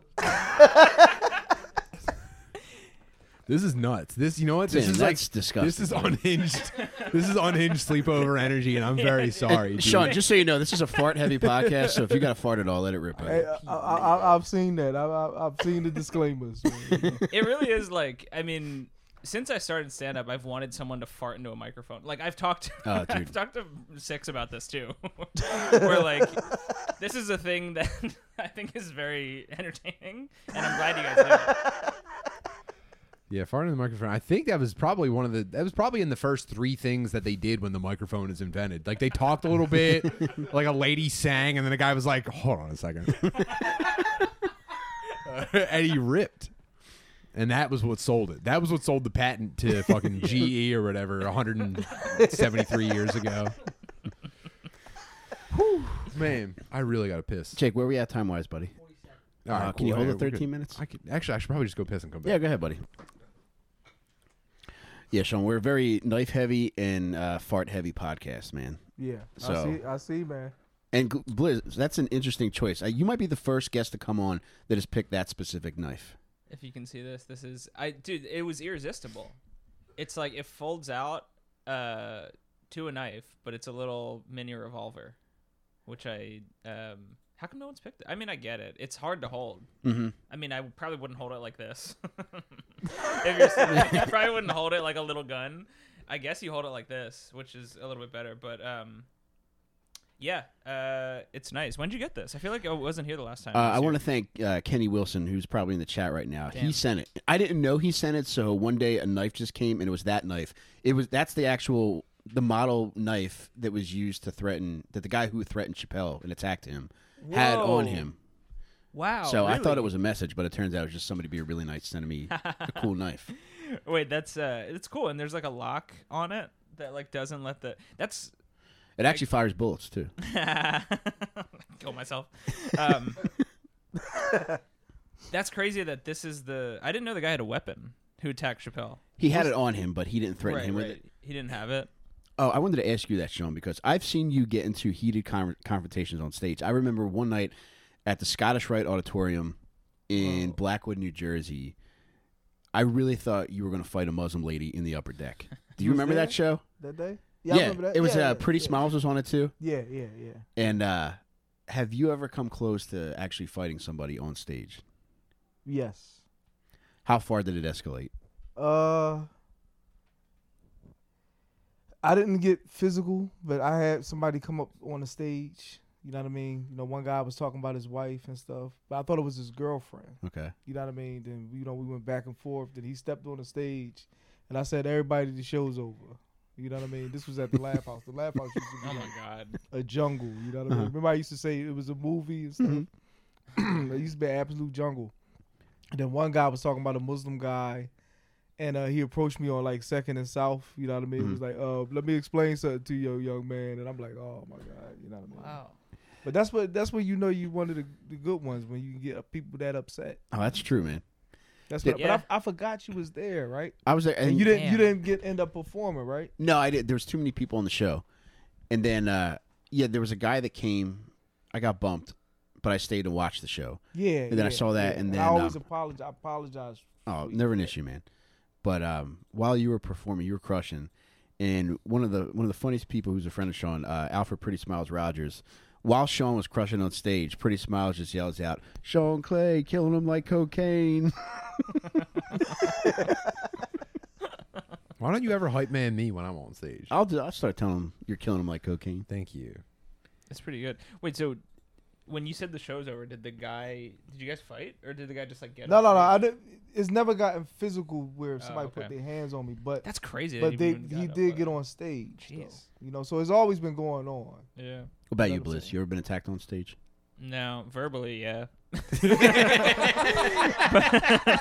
Speaker 1: This is nuts. This, you know what? This
Speaker 2: Damn,
Speaker 1: is
Speaker 2: that's
Speaker 1: like
Speaker 2: disgusting,
Speaker 1: This is
Speaker 2: dude.
Speaker 1: unhinged. this is unhinged sleepover energy, and I'm very sorry, dude.
Speaker 2: Sean, just so you know, this is a fart heavy podcast, so if you got to fart at all, let it rip out.
Speaker 3: Hey,
Speaker 1: uh,
Speaker 3: I, I, I, I've seen that. I, I, I've seen the disclaimers. man.
Speaker 4: it really is like? I mean. Since I started stand up, I've wanted someone to fart into a microphone. Like I've talked,
Speaker 2: Oh, dude.
Speaker 4: I've talked to Six about this too. Where like, this is a thing that I think is very entertaining, and I'm glad you guys do. it.
Speaker 1: Yeah, fart in the microphone. I think that was probably one of the that was probably in the first three things that they did when the microphone is invented. Like they talked a little bit, like a lady sang, and then a guy was like, "Hold on a second. and he ripped. And that was what sold it. That was what sold the patent to fucking GE or whatever 173 years ago. Whew, man, I really got to piss.
Speaker 2: Jake, where we at time wise, buddy?
Speaker 1: All right,
Speaker 2: Uh, can you hold
Speaker 1: Hey,
Speaker 2: it
Speaker 1: we're good.
Speaker 2: 13 minutes?
Speaker 1: I could, actually, I should probably just go piss and come back.
Speaker 2: Yeah, go ahead, buddy. Yeah, Sean, we're a very knife heavy and uh, fart heavy podcast, man.
Speaker 3: yeah,
Speaker 2: So-
Speaker 3: I see. I see, man.
Speaker 2: And Gl- Blizz, that's an interesting choice. Uh, you might be the first guest to come on that has picked that specific knife.
Speaker 4: If you can see this, this is I dude, it was irresistible. It's like it folds out uh to a knife, but it's a little mini revolver, which I um how come no one's picked it? I mean, I get it. It's hard to hold.
Speaker 2: Mm-hmm.
Speaker 4: I mean, I probably wouldn't hold it like this. if you're, I probably wouldn't hold it like a little gun. I guess you hold it like this, which is a little bit better. But um, yeah, uh, it's nice. When did you get this? I feel like I wasn't here the last time.
Speaker 2: Uh, I want to thank uh, Kenny Wilson, who's probably in the chat right now. He
Speaker 4: Damn.
Speaker 2: sent it. I didn't know he sent it, so one day a knife just came, and it was that knife. It was that's the actual the model knife that was used to threaten that the guy who threatened Chappelle and attacked him had
Speaker 4: Whoa.
Speaker 2: on him.
Speaker 4: Wow.
Speaker 3: Oh,
Speaker 2: so I thought
Speaker 4: really?
Speaker 2: it was a message, but it turns out it was just somebody being really nice sending me a cool knife.
Speaker 4: Wait, that's uh, it's cool, and there's like a lock on it that like doesn't let the that's
Speaker 2: It actually fires bullets too.
Speaker 4: kill myself. Um, that's crazy that this is the I didn't know the guy had a weapon who attacked Chappelle.
Speaker 2: He had it on him, but he didn't threaten
Speaker 4: right,
Speaker 2: him with
Speaker 4: right.
Speaker 2: it.
Speaker 4: He didn't have it.
Speaker 2: Oh, I wanted to ask you that, Sean, because I've seen you get into heated con- confrontations on stage. I remember one night at the Scottish Rite Auditorium in Blackwood, New Jersey. I really thought you were going to fight a Muslim lady in the upper deck. Do you
Speaker 3: Was
Speaker 2: remember
Speaker 3: there?
Speaker 2: that show?
Speaker 3: That day. I
Speaker 2: yeah,
Speaker 3: remember that.
Speaker 2: it was.
Speaker 3: Yeah,
Speaker 2: uh,
Speaker 3: yeah,
Speaker 2: Pretty
Speaker 3: yeah.
Speaker 2: Smiles was on it too.
Speaker 3: Yeah, yeah, yeah.
Speaker 2: And uh, have you ever come close to actually fighting somebody on stage?
Speaker 3: Yes.
Speaker 2: How far did it escalate?
Speaker 3: Uh, I didn't get physical, but I had somebody come up on the stage. You know what I mean? You know, one guy was talking about his wife and stuff, but I thought it was his girlfriend.
Speaker 2: Okay.
Speaker 3: You know what I mean? Then you know we went back and forth. Then he stepped on the stage, and I said, "Everybody, the show's over." You know what I mean? This was at the Laugh House. The Laugh House used to
Speaker 4: Oh
Speaker 3: be
Speaker 4: my
Speaker 3: like
Speaker 4: god.
Speaker 3: a jungle. You know what I mean?
Speaker 2: Uh-huh.
Speaker 3: Remember, I used to say it was a movie and stuff.
Speaker 2: Mm-hmm.
Speaker 3: it used to be an absolute jungle. And then one guy was talking about a Muslim guy, and uh, he approached me on like Second and South. You know what I
Speaker 2: Mm-hmm.
Speaker 3: mean? He was like, "Uh, let me explain something to you, young man." And I'm like, "Oh my god," you know what I mean? But that's what that's what you know you one of the, the good ones when you get uh, people that upset.
Speaker 2: Oh, that's true, man.
Speaker 3: That's
Speaker 2: Yeah.
Speaker 3: what. But I, I forgot you was there, right?
Speaker 2: I was there,
Speaker 3: And you didn't you
Speaker 4: Damn.
Speaker 3: didn't get end up performing, right?
Speaker 2: No, I did. There was too many people on the show, and then uh, yeah, there was a guy that came. I got bumped, but I stayed to watch the show.
Speaker 3: Yeah.
Speaker 2: And then I
Speaker 3: yeah,
Speaker 2: saw that,
Speaker 3: yeah.
Speaker 2: and then,
Speaker 3: I always
Speaker 2: um,
Speaker 3: apologize. I apologize.
Speaker 2: Oh,
Speaker 3: for you.
Speaker 2: never an issue, man. But um, while you were performing, you were crushing, and one of the one of the funniest people who's a friend of Sean, uh, Alfred Pretty Smiles Rogers. While Sean was crushing on stage, Pretty Smiles just yells out, "Sean Clay, killing him like cocaine."
Speaker 1: Why don't you ever hype man me when I'm on stage?
Speaker 2: I'll do, I'll start telling them you're killing them like cocaine.
Speaker 1: Thank you.
Speaker 4: It's pretty good. Wait, so when you said the show's over, did the guy? Did you guys fight, or did the guy just like get?
Speaker 3: No,
Speaker 4: up
Speaker 3: no, no.
Speaker 4: and-
Speaker 3: I didn't, it's never gotten physical
Speaker 1: Oh,
Speaker 3: where somebody put
Speaker 4: okay.
Speaker 3: their hands on me, but
Speaker 4: That's crazy. that
Speaker 3: but they
Speaker 4: even got
Speaker 3: he
Speaker 4: up,
Speaker 3: did
Speaker 4: but-
Speaker 3: get on stage. though.
Speaker 4: Jeez.
Speaker 3: you know, so it's always been going on.
Speaker 4: Yeah.
Speaker 2: What about you,
Speaker 3: That's what I'm
Speaker 2: Bliss?
Speaker 3: saying.
Speaker 2: You ever been attacked on stage?
Speaker 4: No, verbally, yeah.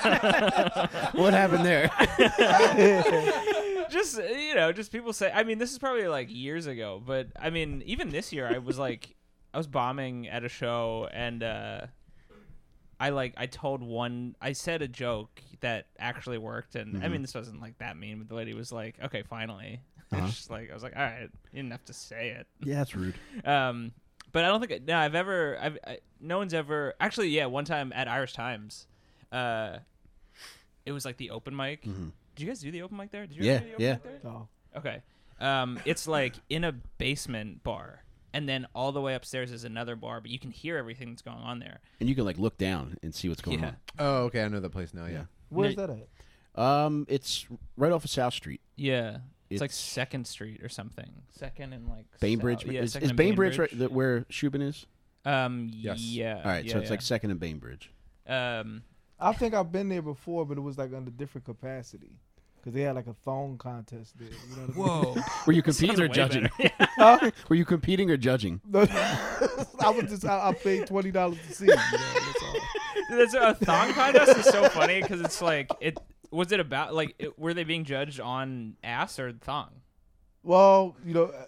Speaker 2: What happened there?
Speaker 4: just you know, just people say. I mean, this is probably like years ago, but I mean, even this year, I was like, I was bombing at a show, and uh, I like, I told one, I said a joke that actually worked, and
Speaker 2: Mm-hmm.
Speaker 4: I mean, this wasn't like that mean, but the lady was like, "Okay, finally." It's
Speaker 2: Uh-huh.
Speaker 4: just like I was like, "All right, you didn't have to say it."
Speaker 2: yeah, that's rude.
Speaker 4: Um, but I don't think no, I've ever. I've I, no one's ever actually. Yeah, one time at Irish Times, uh, it was like the open mic. Did you guys do the open mic there? Did you
Speaker 2: Mm-hmm. Yeah,
Speaker 4: ever do the
Speaker 2: yeah.
Speaker 4: open Mic there?
Speaker 3: No.
Speaker 4: Okay. Um, it's like in a basement bar, and then all the way upstairs is another bar, but you can hear everything that's going on there.
Speaker 2: And you can like look down and see what's going
Speaker 4: Yeah.
Speaker 1: Oh, okay. I know that place now. Yeah.
Speaker 3: Where's
Speaker 4: No,
Speaker 3: that at?
Speaker 2: on. Um, it's right off of South Street,
Speaker 4: Yeah. It's, like
Speaker 2: It's-
Speaker 4: Second Street or something. Second and like
Speaker 2: Bainbridge.
Speaker 4: South- Yeah,
Speaker 2: is,
Speaker 4: Second
Speaker 2: is
Speaker 4: and
Speaker 2: Bainbridge, right that where Shubin is?
Speaker 4: Um.
Speaker 1: Yes.
Speaker 4: Yeah.
Speaker 2: All right,
Speaker 4: yeah,
Speaker 2: so it's
Speaker 4: yeah.
Speaker 2: like second and Bainbridge.
Speaker 4: Um.
Speaker 3: I think I've been there before, but it was like under different capacity. Cause they had like a thong contest there. You know what
Speaker 4: Whoa.
Speaker 2: Were you competing
Speaker 4: Sounds
Speaker 2: or
Speaker 4: way
Speaker 2: judging?
Speaker 4: better.
Speaker 3: I mean?
Speaker 2: Were you competing or judging?
Speaker 3: Huh? I was just I, I paid twenty dollars to see. it, You know, that's all.
Speaker 4: That's a thong contest is so funny because it's like it was it about like it, were they being judged on ass or thong?
Speaker 3: Well, you know, uh,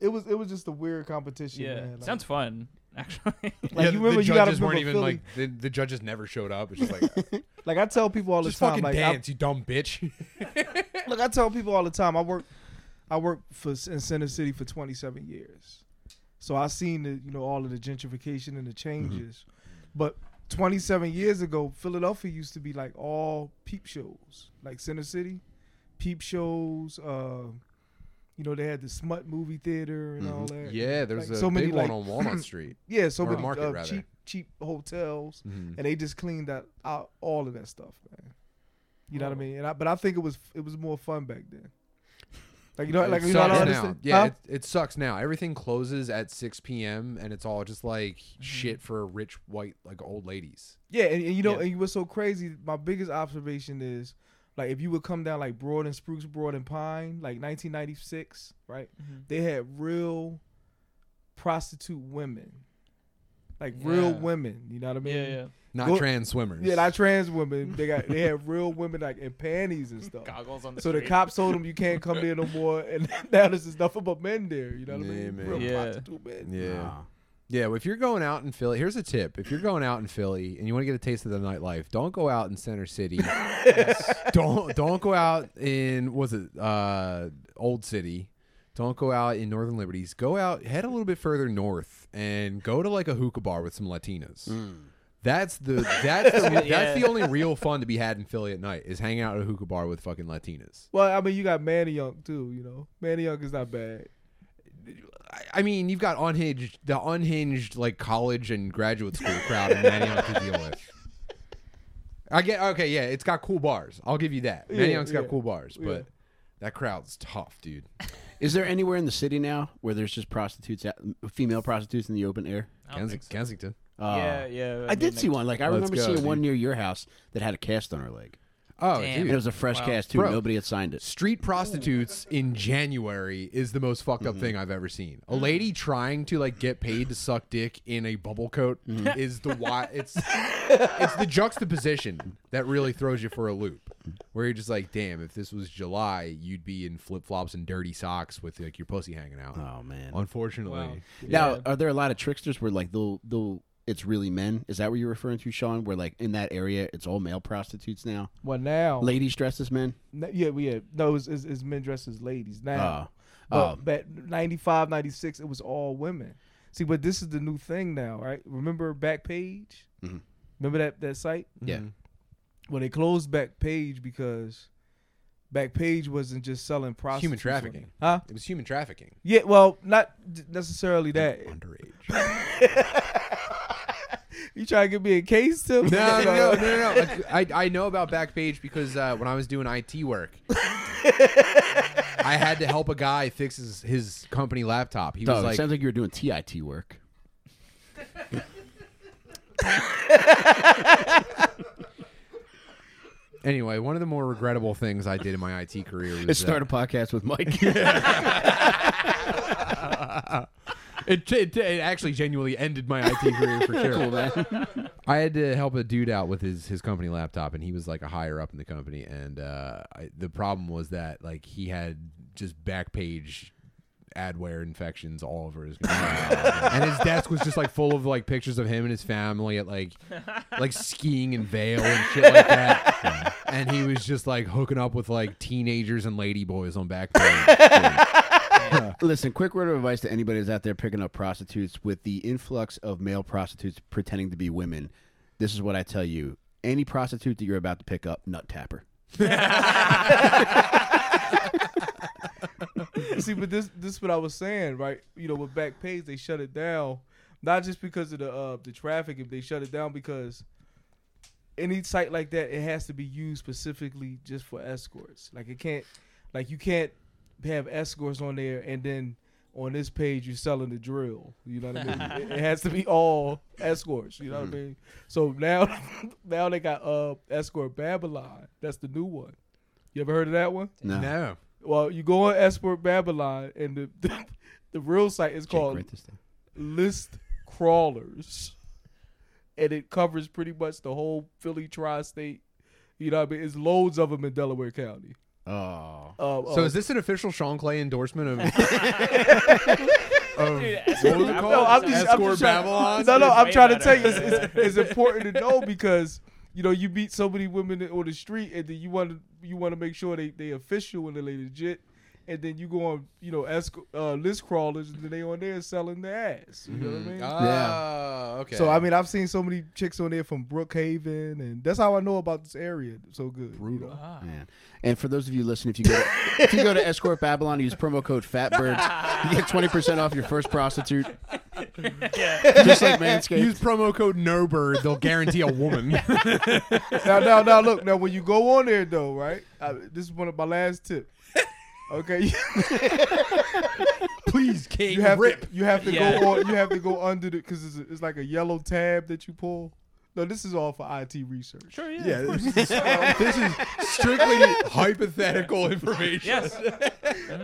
Speaker 3: it was it was just a weird competition.
Speaker 4: Yeah,
Speaker 3: man. Like,
Speaker 4: sounds fun actually.
Speaker 3: Like
Speaker 1: yeah,
Speaker 3: you
Speaker 1: the-
Speaker 3: remember,
Speaker 1: the
Speaker 3: you gotta
Speaker 1: judges weren't
Speaker 3: remember
Speaker 1: even
Speaker 3: Philly.
Speaker 1: like the, the judges never showed up. It's just like
Speaker 3: like I tell people all the
Speaker 1: just
Speaker 3: time,
Speaker 1: fucking
Speaker 3: like I,
Speaker 1: dance, you dumb bitch.
Speaker 3: Look, I tell people all the time. I work, I work for in Center City for 27 years, so I seen the you know all of the gentrification and the changes.
Speaker 1: Mm-hmm.
Speaker 3: But 27 years ago, Philadelphia used to be like all peep shows, like Center City, peep shows. Uh, you know they had the smut movie theater and all that.
Speaker 1: Mm-hmm. yeah, there's
Speaker 3: Like,
Speaker 1: a
Speaker 3: so many,
Speaker 1: big
Speaker 3: like-
Speaker 1: one on Walnut Street.
Speaker 3: yeah. So
Speaker 1: or
Speaker 3: many
Speaker 1: market,
Speaker 3: uh,
Speaker 1: rather.
Speaker 3: cheap cheap hotels,
Speaker 1: Mhm.
Speaker 3: and they just cleaned that out all of that stuff, man. You know what I mean? And I, but I think it was it was more fun back then. Like you know, like
Speaker 1: it
Speaker 3: you know, I
Speaker 1: sucks
Speaker 3: don't
Speaker 1: now.
Speaker 3: understand.
Speaker 1: Yeah,
Speaker 3: Huh?
Speaker 1: it, it sucks now. Everything closes at 6 p.m. and it's all just like shit for rich white like old ladies.
Speaker 3: Yeah, and, and you know,
Speaker 4: Yeah.
Speaker 3: and what's so crazy? My biggest observation is, like, if you would come down like Broad and Spruce, Broad and Pine, like 1996, right?
Speaker 1: Mm-hmm.
Speaker 3: They had real prostitute women, like real
Speaker 4: Yeah.
Speaker 3: women. You know what I mean?
Speaker 1: Not
Speaker 3: Well,
Speaker 1: trans swimmers.
Speaker 3: Yeah, like trans women. They got they had real women like in panties and stuff.
Speaker 4: Goggles on the
Speaker 3: So the cops told him you can't come there no more, and now there's just nothing but men there. You know what I
Speaker 1: Yeah,
Speaker 3: mean?
Speaker 1: man.
Speaker 3: Real
Speaker 4: Yeah.
Speaker 3: prostitute men.
Speaker 1: Yeah.
Speaker 2: Nah.
Speaker 1: Yeah, well, if you're going out in Philly, here's a tip. If you're going out in Philly and you want to get a taste of the nightlife, don't go out in Center City. don't don't go out in was it uh Old City. Don't go out in Northern Liberties. Go out head a little bit further north and go to like a hookah bar with some Latinas. That's the that's the,
Speaker 4: Yeah.
Speaker 1: that's the only real fun to be had in Philly at night is hanging out at a hookah bar with fucking Latinas.
Speaker 3: Well, I mean, you got Manny Young too. You know, Manny Young is not bad.
Speaker 1: I, I mean, you've got unhinged the unhinged like college and graduate school crowd in Manioc to deal with. I get okay, yeah, it's got cool bars. I'll give you that.
Speaker 3: Yeah,
Speaker 1: Manioc's
Speaker 3: yeah,
Speaker 1: got cool bars,
Speaker 3: yeah.
Speaker 1: but that crowd's tough, dude.
Speaker 2: Is there anywhere in the city now where there's just prostitutes, out, female prostitutes in the open air?
Speaker 1: Kensing- Kensington.
Speaker 2: Uh,
Speaker 4: yeah, yeah.
Speaker 2: I did see one. Like I
Speaker 1: Let's
Speaker 2: remember
Speaker 1: go,
Speaker 2: seeing one
Speaker 1: dude.
Speaker 2: near your house that had a cast on her leg.
Speaker 1: Oh,
Speaker 4: Damn.
Speaker 1: dude.
Speaker 2: And it was a fresh cast too.
Speaker 1: Bro.
Speaker 2: Nobody had signed it.
Speaker 1: Street prostitutes in January is the most fucked up
Speaker 2: Mm-hmm.
Speaker 1: thing I've ever seen.
Speaker 2: Mm.
Speaker 1: A lady trying to like get paid to suck dick in a bubble coat
Speaker 2: Mm-hmm.
Speaker 1: is the why it's it's the juxtaposition that really throws you for a loop. Where you're just like, damn, if this was July, you'd be in flip flops and dirty socks with like your pussy hanging out.
Speaker 2: Oh man.
Speaker 1: Unfortunately.
Speaker 4: Wow.
Speaker 2: Now, are there a lot of tricksters where like they'll they'll it's really men? Is that what you're referring to, Sean? Where like in that area it's all male prostitutes now?
Speaker 3: Well, now,
Speaker 2: Ladies dressed as men?
Speaker 3: n- yeah, we had no, it's, it's, it's men dressed as ladies
Speaker 1: Uh,
Speaker 3: now.
Speaker 2: Oh.
Speaker 3: but back 95, 96, it was all women. See, but this is the new thing now, right? Remember Backpage?
Speaker 1: Mm-hmm.
Speaker 2: Mhm.
Speaker 3: Remember that that site?
Speaker 2: Yeah.
Speaker 3: Well, they closed Backpage because Backpage wasn't just selling prostitutes, on it.
Speaker 1: trafficking.
Speaker 3: huh?
Speaker 1: It was human trafficking.
Speaker 3: Yeah, well, not d- necessarily that.
Speaker 1: Underage.
Speaker 3: You trying to get me a case, Tim?
Speaker 1: No, no, no, no, no. I, I know about Backpage because uh, when I was doing IT work, I had to help a guy fix his, his company laptop. He
Speaker 2: Doug,
Speaker 1: was like,
Speaker 2: sounds like you were doing TIT work.
Speaker 1: anyway, one of the more regrettable things I did in my IT career was
Speaker 2: Let's
Speaker 1: uh,
Speaker 2: start a podcast with Mike.
Speaker 1: it, it, it actually genuinely ended my IT career for sure. I had to help a dude out with his his company laptop, and he was like a higher up in the company. And uh, I, the problem was that like he had just back page adware infections all over his computer, and his desk was just like full of like pictures of him and his family at like like skiing in Vail and shit like that. and he was just like hooking up with like teenagers and ladyboys on back page.
Speaker 2: Listen, quick word of advice to anybody that's out there picking up prostitutes with the influx of male prostitutes pretending to be women. This is what I tell you. Any prostitute that you're about to pick up, nut tapper.
Speaker 3: See, but this this is what I was saying, right? You know, with Backpage, they shut it down, not just because of the uh, the traffic. If they shut it down because any site like that, it has to be used specifically just for escorts. Like it can't, like you can't have escorts on there and then on this page you're selling the drill. You know what I mean? it, it has to be all escorts. You know what I mean? So now, now they got uh escort Babylon. That's the new one. You ever heard of that one?
Speaker 2: No.
Speaker 1: no.
Speaker 3: Well, you go on Esport Babylon, and the the, the real site is
Speaker 2: Jake,
Speaker 3: called
Speaker 2: write this down.
Speaker 3: List Crawlers, and it covers pretty much the whole Philly tri-state. You know, what I mean, it's loads of them in Delaware County.
Speaker 2: Oh.
Speaker 3: Uh,
Speaker 1: So
Speaker 3: uh,
Speaker 1: is this an official Sean Clay endorsement of? of
Speaker 4: Dude,
Speaker 1: what was it
Speaker 4: Escort
Speaker 1: called?
Speaker 3: no, I'm just, I'm
Speaker 1: Escort
Speaker 3: just trying-
Speaker 1: Babylon?
Speaker 3: No, no,
Speaker 4: is
Speaker 3: I'm
Speaker 4: way
Speaker 3: trying to tell
Speaker 4: better.
Speaker 3: you, it's, it's, it's important to know because you know you meet so many women on the street, and then you want to you want to make sure they they official and they legit, and then you go on you know esc- uh, list crawlers, and then they on there selling their ass. You know
Speaker 1: Mm-hmm.
Speaker 3: what I mean?
Speaker 1: Ah, okay.
Speaker 3: So I mean, I've seen so many chicks on there from Brookhaven, and that's how I know about this area so good. Brutal.
Speaker 2: Man. And for those of you listening, if you go to, if you go to Escort Babylon, use promo code FATBIRDS, you get twenty percent off your first prostitute. Just like Manscaped.
Speaker 1: Use promo code NOBIRD. They'll guarantee a woman.
Speaker 3: now, now, now, look. Now, when you go on there, though, right? I, this is one of my last tip. Okay,
Speaker 1: Please, King,
Speaker 3: you have
Speaker 1: rip.
Speaker 3: to you have to
Speaker 4: Yeah.
Speaker 3: go on. You have to go under the because it's, a- it's like a yellow tab that you pull. No, this is all for IT research.
Speaker 4: Sure, yeah.
Speaker 1: Yeah, this is, this is strictly hypothetical information.
Speaker 4: Yes.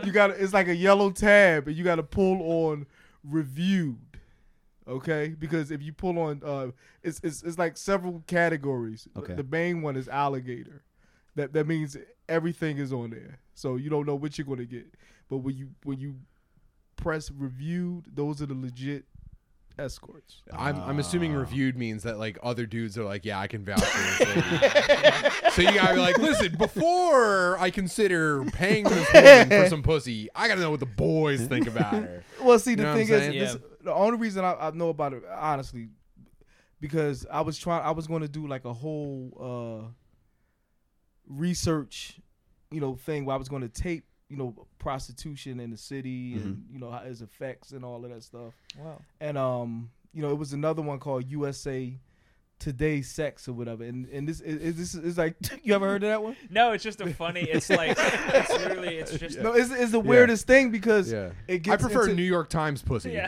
Speaker 3: You got to it's like a yellow tab, and you got to pull on reviewed. Okay, because if you pull on, uh, it's it's, it's like several categories.
Speaker 2: Okay.
Speaker 3: The main one is alligator. That that means everything is on there, so you don't know what you're gonna get. But when you when you press reviewed, those are the legit escorts.
Speaker 1: I'm, I'm assuming reviewed means that like other dudes are like, yeah, I can vouch for this. lady." so you gotta be like, listen, before I consider paying this woman for some pussy, I gotta know what the boys think about her.
Speaker 3: Well, see, the
Speaker 1: You know what I'm
Speaker 3: thing is,
Speaker 1: saying?
Speaker 4: Yeah.
Speaker 3: this, the only reason I, I know about it, honestly, because I was trying, I was going to do like a whole uh, research, you know, thing where I was going to tape, you know, prostitution in the city and
Speaker 1: Mm-hmm.
Speaker 3: you know how its effects and all of that stuff.
Speaker 4: Wow.
Speaker 3: And um, you know, it was another one called USA Today Sex or whatever. And and this is is- this is like you ever heard of that one?
Speaker 4: No, it's just a funny. It's like it's literally. It's just.
Speaker 3: No, it's, it's the weirdest thing because
Speaker 1: Yeah.
Speaker 3: it
Speaker 1: I
Speaker 3: gets
Speaker 1: prefer
Speaker 3: into-
Speaker 1: New York Times pussy.
Speaker 4: Yeah.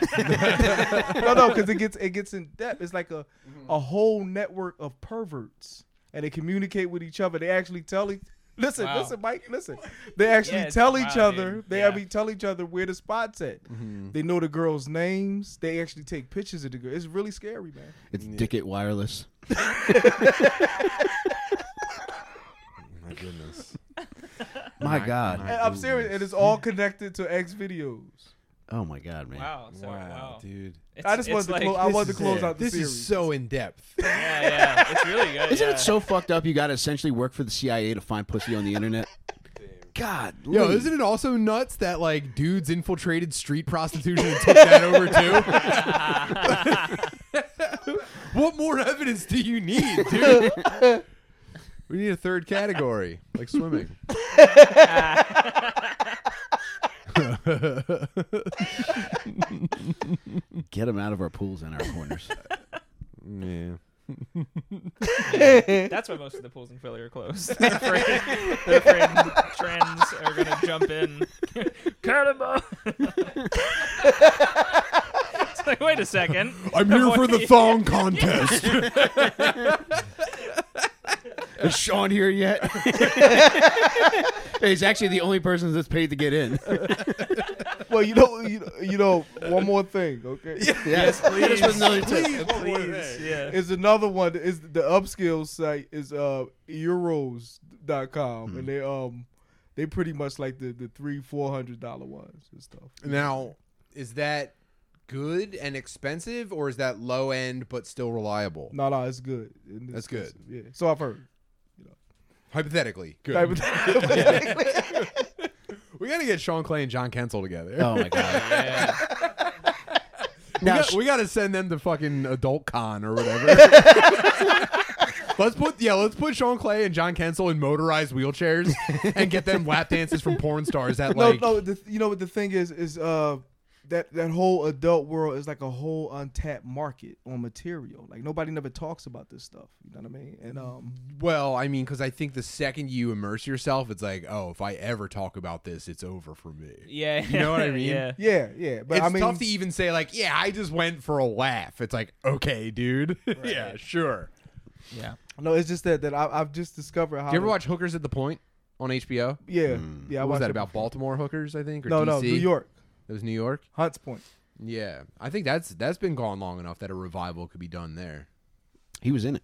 Speaker 3: no, no, because it gets it gets in depth. It's like a
Speaker 4: Mm-hmm.
Speaker 3: a whole network of perverts, and they communicate with each other. They actually tell each listen,
Speaker 4: Wow.
Speaker 3: listen, Mike, listen. They actually
Speaker 4: it's-
Speaker 3: tell
Speaker 4: wow,
Speaker 3: each other.
Speaker 4: dude.
Speaker 3: They
Speaker 4: Yeah.
Speaker 3: actually tell each other where the spots at. They know the girls' names. They actually take pictures of the girl. It's really scary, man.
Speaker 2: It's Dickett Wireless.
Speaker 1: My goodness.
Speaker 2: My God.
Speaker 3: And I'm serious, and it's all connected to X videos.
Speaker 2: Oh my God, man.
Speaker 4: Wow. So, wow.
Speaker 1: dude.
Speaker 4: It's,
Speaker 3: I just
Speaker 4: it's
Speaker 3: wanted to
Speaker 4: like,
Speaker 3: close. I
Speaker 1: this
Speaker 3: wanted to
Speaker 1: is
Speaker 3: close
Speaker 2: it.
Speaker 3: out the
Speaker 1: This
Speaker 3: series.
Speaker 1: is so in depth.
Speaker 4: Yeah, yeah. It's really good.
Speaker 2: Isn't
Speaker 4: yeah.
Speaker 2: it so fucked up? You got to essentially work for the CIA to find pussy on the internet. God,
Speaker 1: Yo, isn't it also nuts that like dudes infiltrated street prostitution and took that over too? what more evidence do you need, dude? We need a third category, like swimming.
Speaker 2: get them out of our pools and our corners.
Speaker 1: Yeah.
Speaker 4: That's why most of the pools in Philly are closed. They're afraid, they're afraid trans are gonna jump in. Cannibal. it's like, wait a second.
Speaker 1: I'm here for the
Speaker 4: Avoid-
Speaker 1: thong contest.
Speaker 2: Is Sean here yet? He's actually the only person that's paid to get in.
Speaker 3: well, you know, you know, you know, one more thing, okay?
Speaker 2: Yes, please.
Speaker 4: Please, yeah.
Speaker 3: Is another one is the upscale site is uh euros.com com
Speaker 1: Mm-hmm.
Speaker 3: and they um they pretty much like the the three four hundred dollar ones and stuff.
Speaker 1: now, is that good and expensive, or is that low end but still reliable?
Speaker 3: No, no, it's good. And it's
Speaker 1: That's good.
Speaker 3: expensive. Yeah. So I've heard.
Speaker 1: Hypothetically, good. we gotta get Sean Clay and John Kensel together.
Speaker 2: Oh my god!
Speaker 4: Yeah.
Speaker 1: we,
Speaker 2: Now,
Speaker 1: got,
Speaker 2: sh-
Speaker 1: we gotta send them to fucking Adult Con or whatever. let's put yeah, let's put Sean Clay and John Kensel in motorized wheelchairs and get them lap dances from porn stars at
Speaker 3: no,
Speaker 1: like
Speaker 3: no. The, you know what the thing is is uh that that whole adult world is like a whole untapped market on material. Like nobody never talks about this stuff. You know what I mean? And
Speaker 1: Mm-hmm.
Speaker 3: um,
Speaker 1: Well, I mean, because I think the second you immerse yourself, it's like, oh, if I ever talk about this, it's over for me.
Speaker 4: yeah.
Speaker 1: You know what I mean?
Speaker 4: Yeah.
Speaker 3: yeah, yeah. But
Speaker 1: it's
Speaker 3: I mean,
Speaker 1: tough to e even say like, yeah, I just went for a laugh. It's like, okay, dude, yeah, sure.
Speaker 3: no, it's just that that I, I've just discovered how.
Speaker 1: Do you ever
Speaker 3: to-
Speaker 1: watch Hookers at the Point on HBO?
Speaker 3: Yeah, yeah. I
Speaker 1: what was
Speaker 3: watched
Speaker 1: that
Speaker 3: it.
Speaker 1: about? Baltimore hookers, I think, or
Speaker 3: No,
Speaker 1: DC?
Speaker 3: no, New York,
Speaker 1: It was New York.
Speaker 3: Hunts Point.
Speaker 1: Yeah, I think that's that's been gone long enough that a revival could be done there.
Speaker 2: he was in it.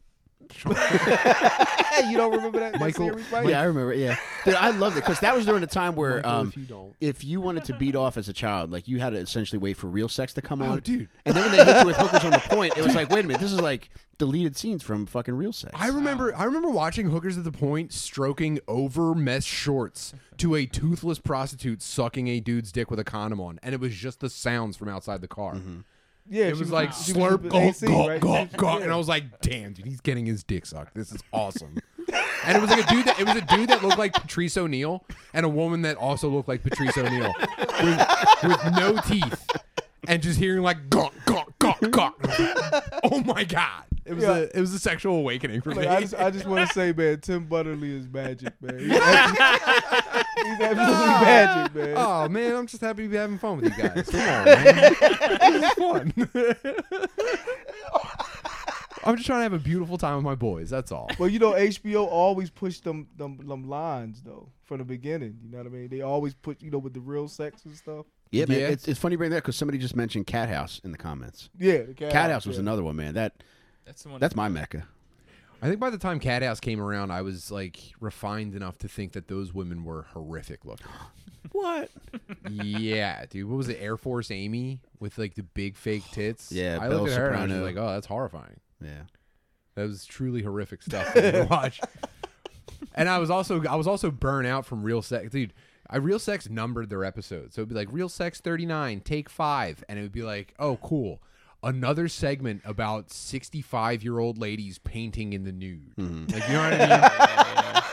Speaker 3: Hey, you don't remember that, that
Speaker 1: Michael-
Speaker 3: series, right?
Speaker 2: Yeah, I remember. Yeah, Dude, I loved it because that was during the time where,
Speaker 1: Michael,
Speaker 2: um,
Speaker 1: if you don't.
Speaker 2: if you wanted to beat off as a child, like you had to essentially wait for real sex to come on.
Speaker 1: dude.
Speaker 2: And then when they hit you with hookers on the point, it was like, wait a minute, this is like deleted scenes from fucking real sex.
Speaker 1: I remember I remember watching hookers at the point stroking over mesh shorts to a toothless prostitute sucking a dude's dick with a condom on, and it was just the sounds from outside the car.
Speaker 3: yeah.
Speaker 1: It
Speaker 3: she
Speaker 1: was like
Speaker 3: she
Speaker 1: slurp,
Speaker 3: with
Speaker 1: gulp,
Speaker 3: AC,
Speaker 1: gulp,
Speaker 3: right?
Speaker 1: gulp, gulp,
Speaker 3: Yeah.
Speaker 1: and I was like, "Damn, dude, he's getting his dick sucked. This is awesome." and it was like a dude that it was a dude that looked like Patrice O'Neill and a woman that also looked like Patrice O'Neill with, with no teeth and just hearing like "gawk, gawk, gawk, gawk." Oh my god! It was
Speaker 3: Yeah.
Speaker 1: a it was a sexual awakening for me.
Speaker 3: Like, I just, I just want to say, man, Tim Butterly is magic, man. He's absolutely, he's absolutely magic, man.
Speaker 1: Oh man, I'm just happy to be having fun with you guys. Come on, man. This is fun. I'm just trying to have a beautiful time with my boys. That's all.
Speaker 3: Well, you know, HBO always pushed them, them them lines though from the beginning. You know what I mean? They always put you know with the real sex and stuff.
Speaker 2: Yeah, man.
Speaker 1: Yeah.
Speaker 2: It's, it's funny you bring that because somebody just mentioned Cat House in the comments.
Speaker 3: Yeah, the
Speaker 2: Cat House was
Speaker 3: yeah.
Speaker 2: another one, man. That
Speaker 4: That's the one.
Speaker 2: that's my mecca.
Speaker 1: I think by the time Cat House came around, I was like refined enough to think that those women were horrific looking.
Speaker 2: What?
Speaker 1: yeah, dude. What was it? Air Force Amy with like the big fake tits.
Speaker 2: Yeah,
Speaker 1: I looked
Speaker 2: Belle
Speaker 1: at her and I
Speaker 2: Soprano.
Speaker 1: was like, oh, that's horrifying.
Speaker 2: Yeah.
Speaker 1: That was truly horrific stuff to watch. And I was also I was also burnt out from Real Sex, dude. I Real Sex numbered their episodes, so it'd be like Real Sex thirty nine, take five, and it would be like, oh, cool, another segment about sixty five year old ladies painting in the nude. Like you know what I mean?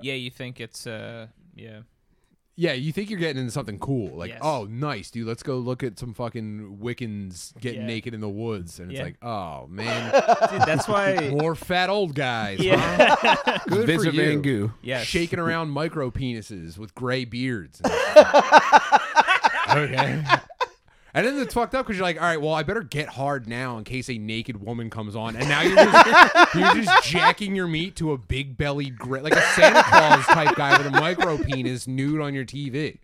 Speaker 4: yeah, you think it's uh yeah.
Speaker 1: Yeah, you think you're getting into something cool. Like,
Speaker 4: Yes.
Speaker 1: oh, nice, dude. Let's go look at some fucking Wiccans getting
Speaker 4: Yeah.
Speaker 1: naked in the woods, and it's
Speaker 4: Yeah.
Speaker 1: like, oh man,
Speaker 4: Dude, that's why
Speaker 1: more fat old guys. huh?
Speaker 4: Yeah.
Speaker 1: Good
Speaker 2: Vince
Speaker 1: for you.
Speaker 2: Van Gogh.
Speaker 4: Yes.
Speaker 1: shaking around micro penises with gray beards. okay. And then it's fucked up because you're like, all right, well, I better get hard now in case a naked woman comes on. And now you're just, you're just jacking your meat to a big bellied, gra- like a Santa Claus type guy with a micro penis nude on your TV.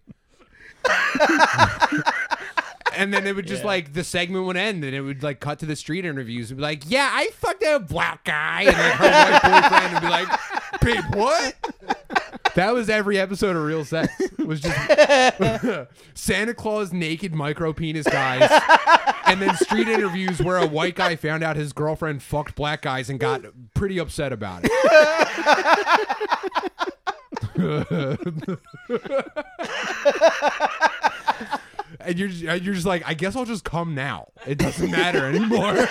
Speaker 1: and then it would just
Speaker 4: Yeah.
Speaker 1: like the segment would end and it would like cut to the street interviews and be like, yeah, I fucked a black guy. And like her white boyfriend would be like, babe, what? That was every episode of Real Sex. Was just Santa Claus naked micro penis guys, and then street interviews where a white guy found out his girlfriend fucked black guys and got pretty upset about it. and you're and you're just like, I guess I'll just come now. It doesn't matter anymore. you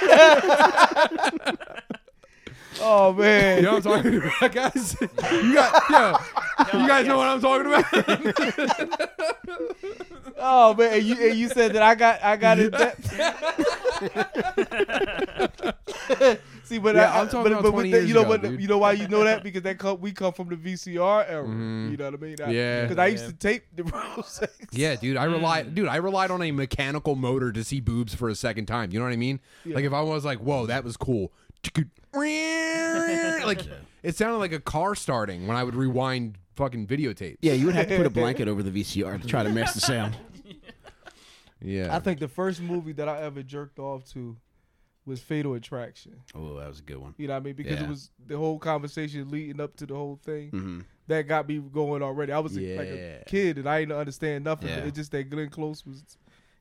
Speaker 3: Oh man,
Speaker 1: know what I'm talking about, guys? You got yeah. You guys know what I'm talking about.
Speaker 3: oh man, and you, and you said that I got I got in depth. See, but
Speaker 1: Yeah,
Speaker 3: I,
Speaker 1: I'm talking
Speaker 3: but,
Speaker 1: about
Speaker 3: but
Speaker 1: 20
Speaker 3: with that,
Speaker 1: years
Speaker 3: you know
Speaker 1: ago,
Speaker 3: what?
Speaker 1: dude.
Speaker 3: You know why you know that because that come, we come from the VCR era. You know what I mean? I,
Speaker 1: Mm-hmm. Yeah.
Speaker 3: Because I used
Speaker 4: Yeah.
Speaker 3: to tape the road sex.
Speaker 1: Yeah, dude, I relied, dude, I relied on a mechanical motor to see boobs for a second time. You know what I mean? Like if I was like, "Whoa, that was cool," like it sounded like a car starting when I would rewind fucking videotapes.
Speaker 2: Yeah, you would have to put a blanket over the VCR to try to match the sound.
Speaker 1: yeah.
Speaker 3: I think the first movie that I ever jerked off to was Fatal Attraction.
Speaker 2: Oh, that was a good one.
Speaker 3: You know what I mean? Because
Speaker 2: Yeah.
Speaker 3: it was the whole conversation leading up to the whole thing
Speaker 2: hmm
Speaker 3: that got me going already. I was a- like a
Speaker 1: Yeah.
Speaker 3: kid and I didn't understand nothing.
Speaker 2: Yeah.
Speaker 3: It's just that Glenn Close was,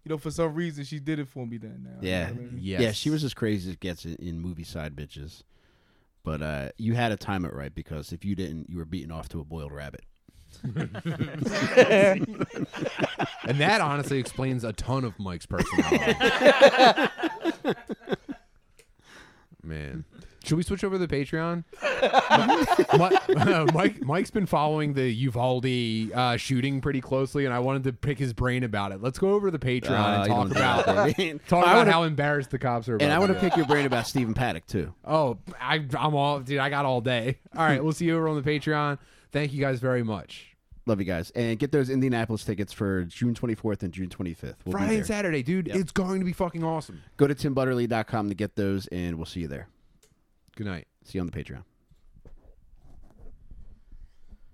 Speaker 3: you know, for some reason she did it for me then. Now, You know
Speaker 2: Yeah.
Speaker 3: what I mean?
Speaker 1: Yes.
Speaker 2: Yeah, she was as crazy as it gets in, in movie side bitches. But uh, you had to time it right because if you didn't, you were beaten off to a boiled rabbit.
Speaker 1: and that honestly explains a ton of Mike's personality. Man, should we switch over to the Patreon? Mi- uh, Mike, Mike's been following the Uvalde uh, shooting pretty closely, and I wanted to pick his brain about it. Let's go over to the Patreon
Speaker 2: Ah,
Speaker 1: and
Speaker 2: you
Speaker 1: talk
Speaker 2: don't do that,
Speaker 1: about
Speaker 2: baby.
Speaker 1: talk
Speaker 2: I
Speaker 1: about
Speaker 2: wanna-
Speaker 1: how embarrassed the cops are. About
Speaker 2: And I want to
Speaker 1: that.
Speaker 2: pick your brain about Stephen Paddock too.
Speaker 1: Oh, I, I'm all dude. I got all day. All right, we'll see you over on the Patreon. Thank you guys very much.
Speaker 2: Love you guys, and get those Indianapolis tickets for June 24th and June 25th. We'll
Speaker 1: Friday and
Speaker 2: be there.
Speaker 1: Saturday, dude. It's going to be fucking awesome.
Speaker 2: Go to timbutterly.com to get those, and we'll see you there.
Speaker 1: Good night.
Speaker 2: See you on the Patreon.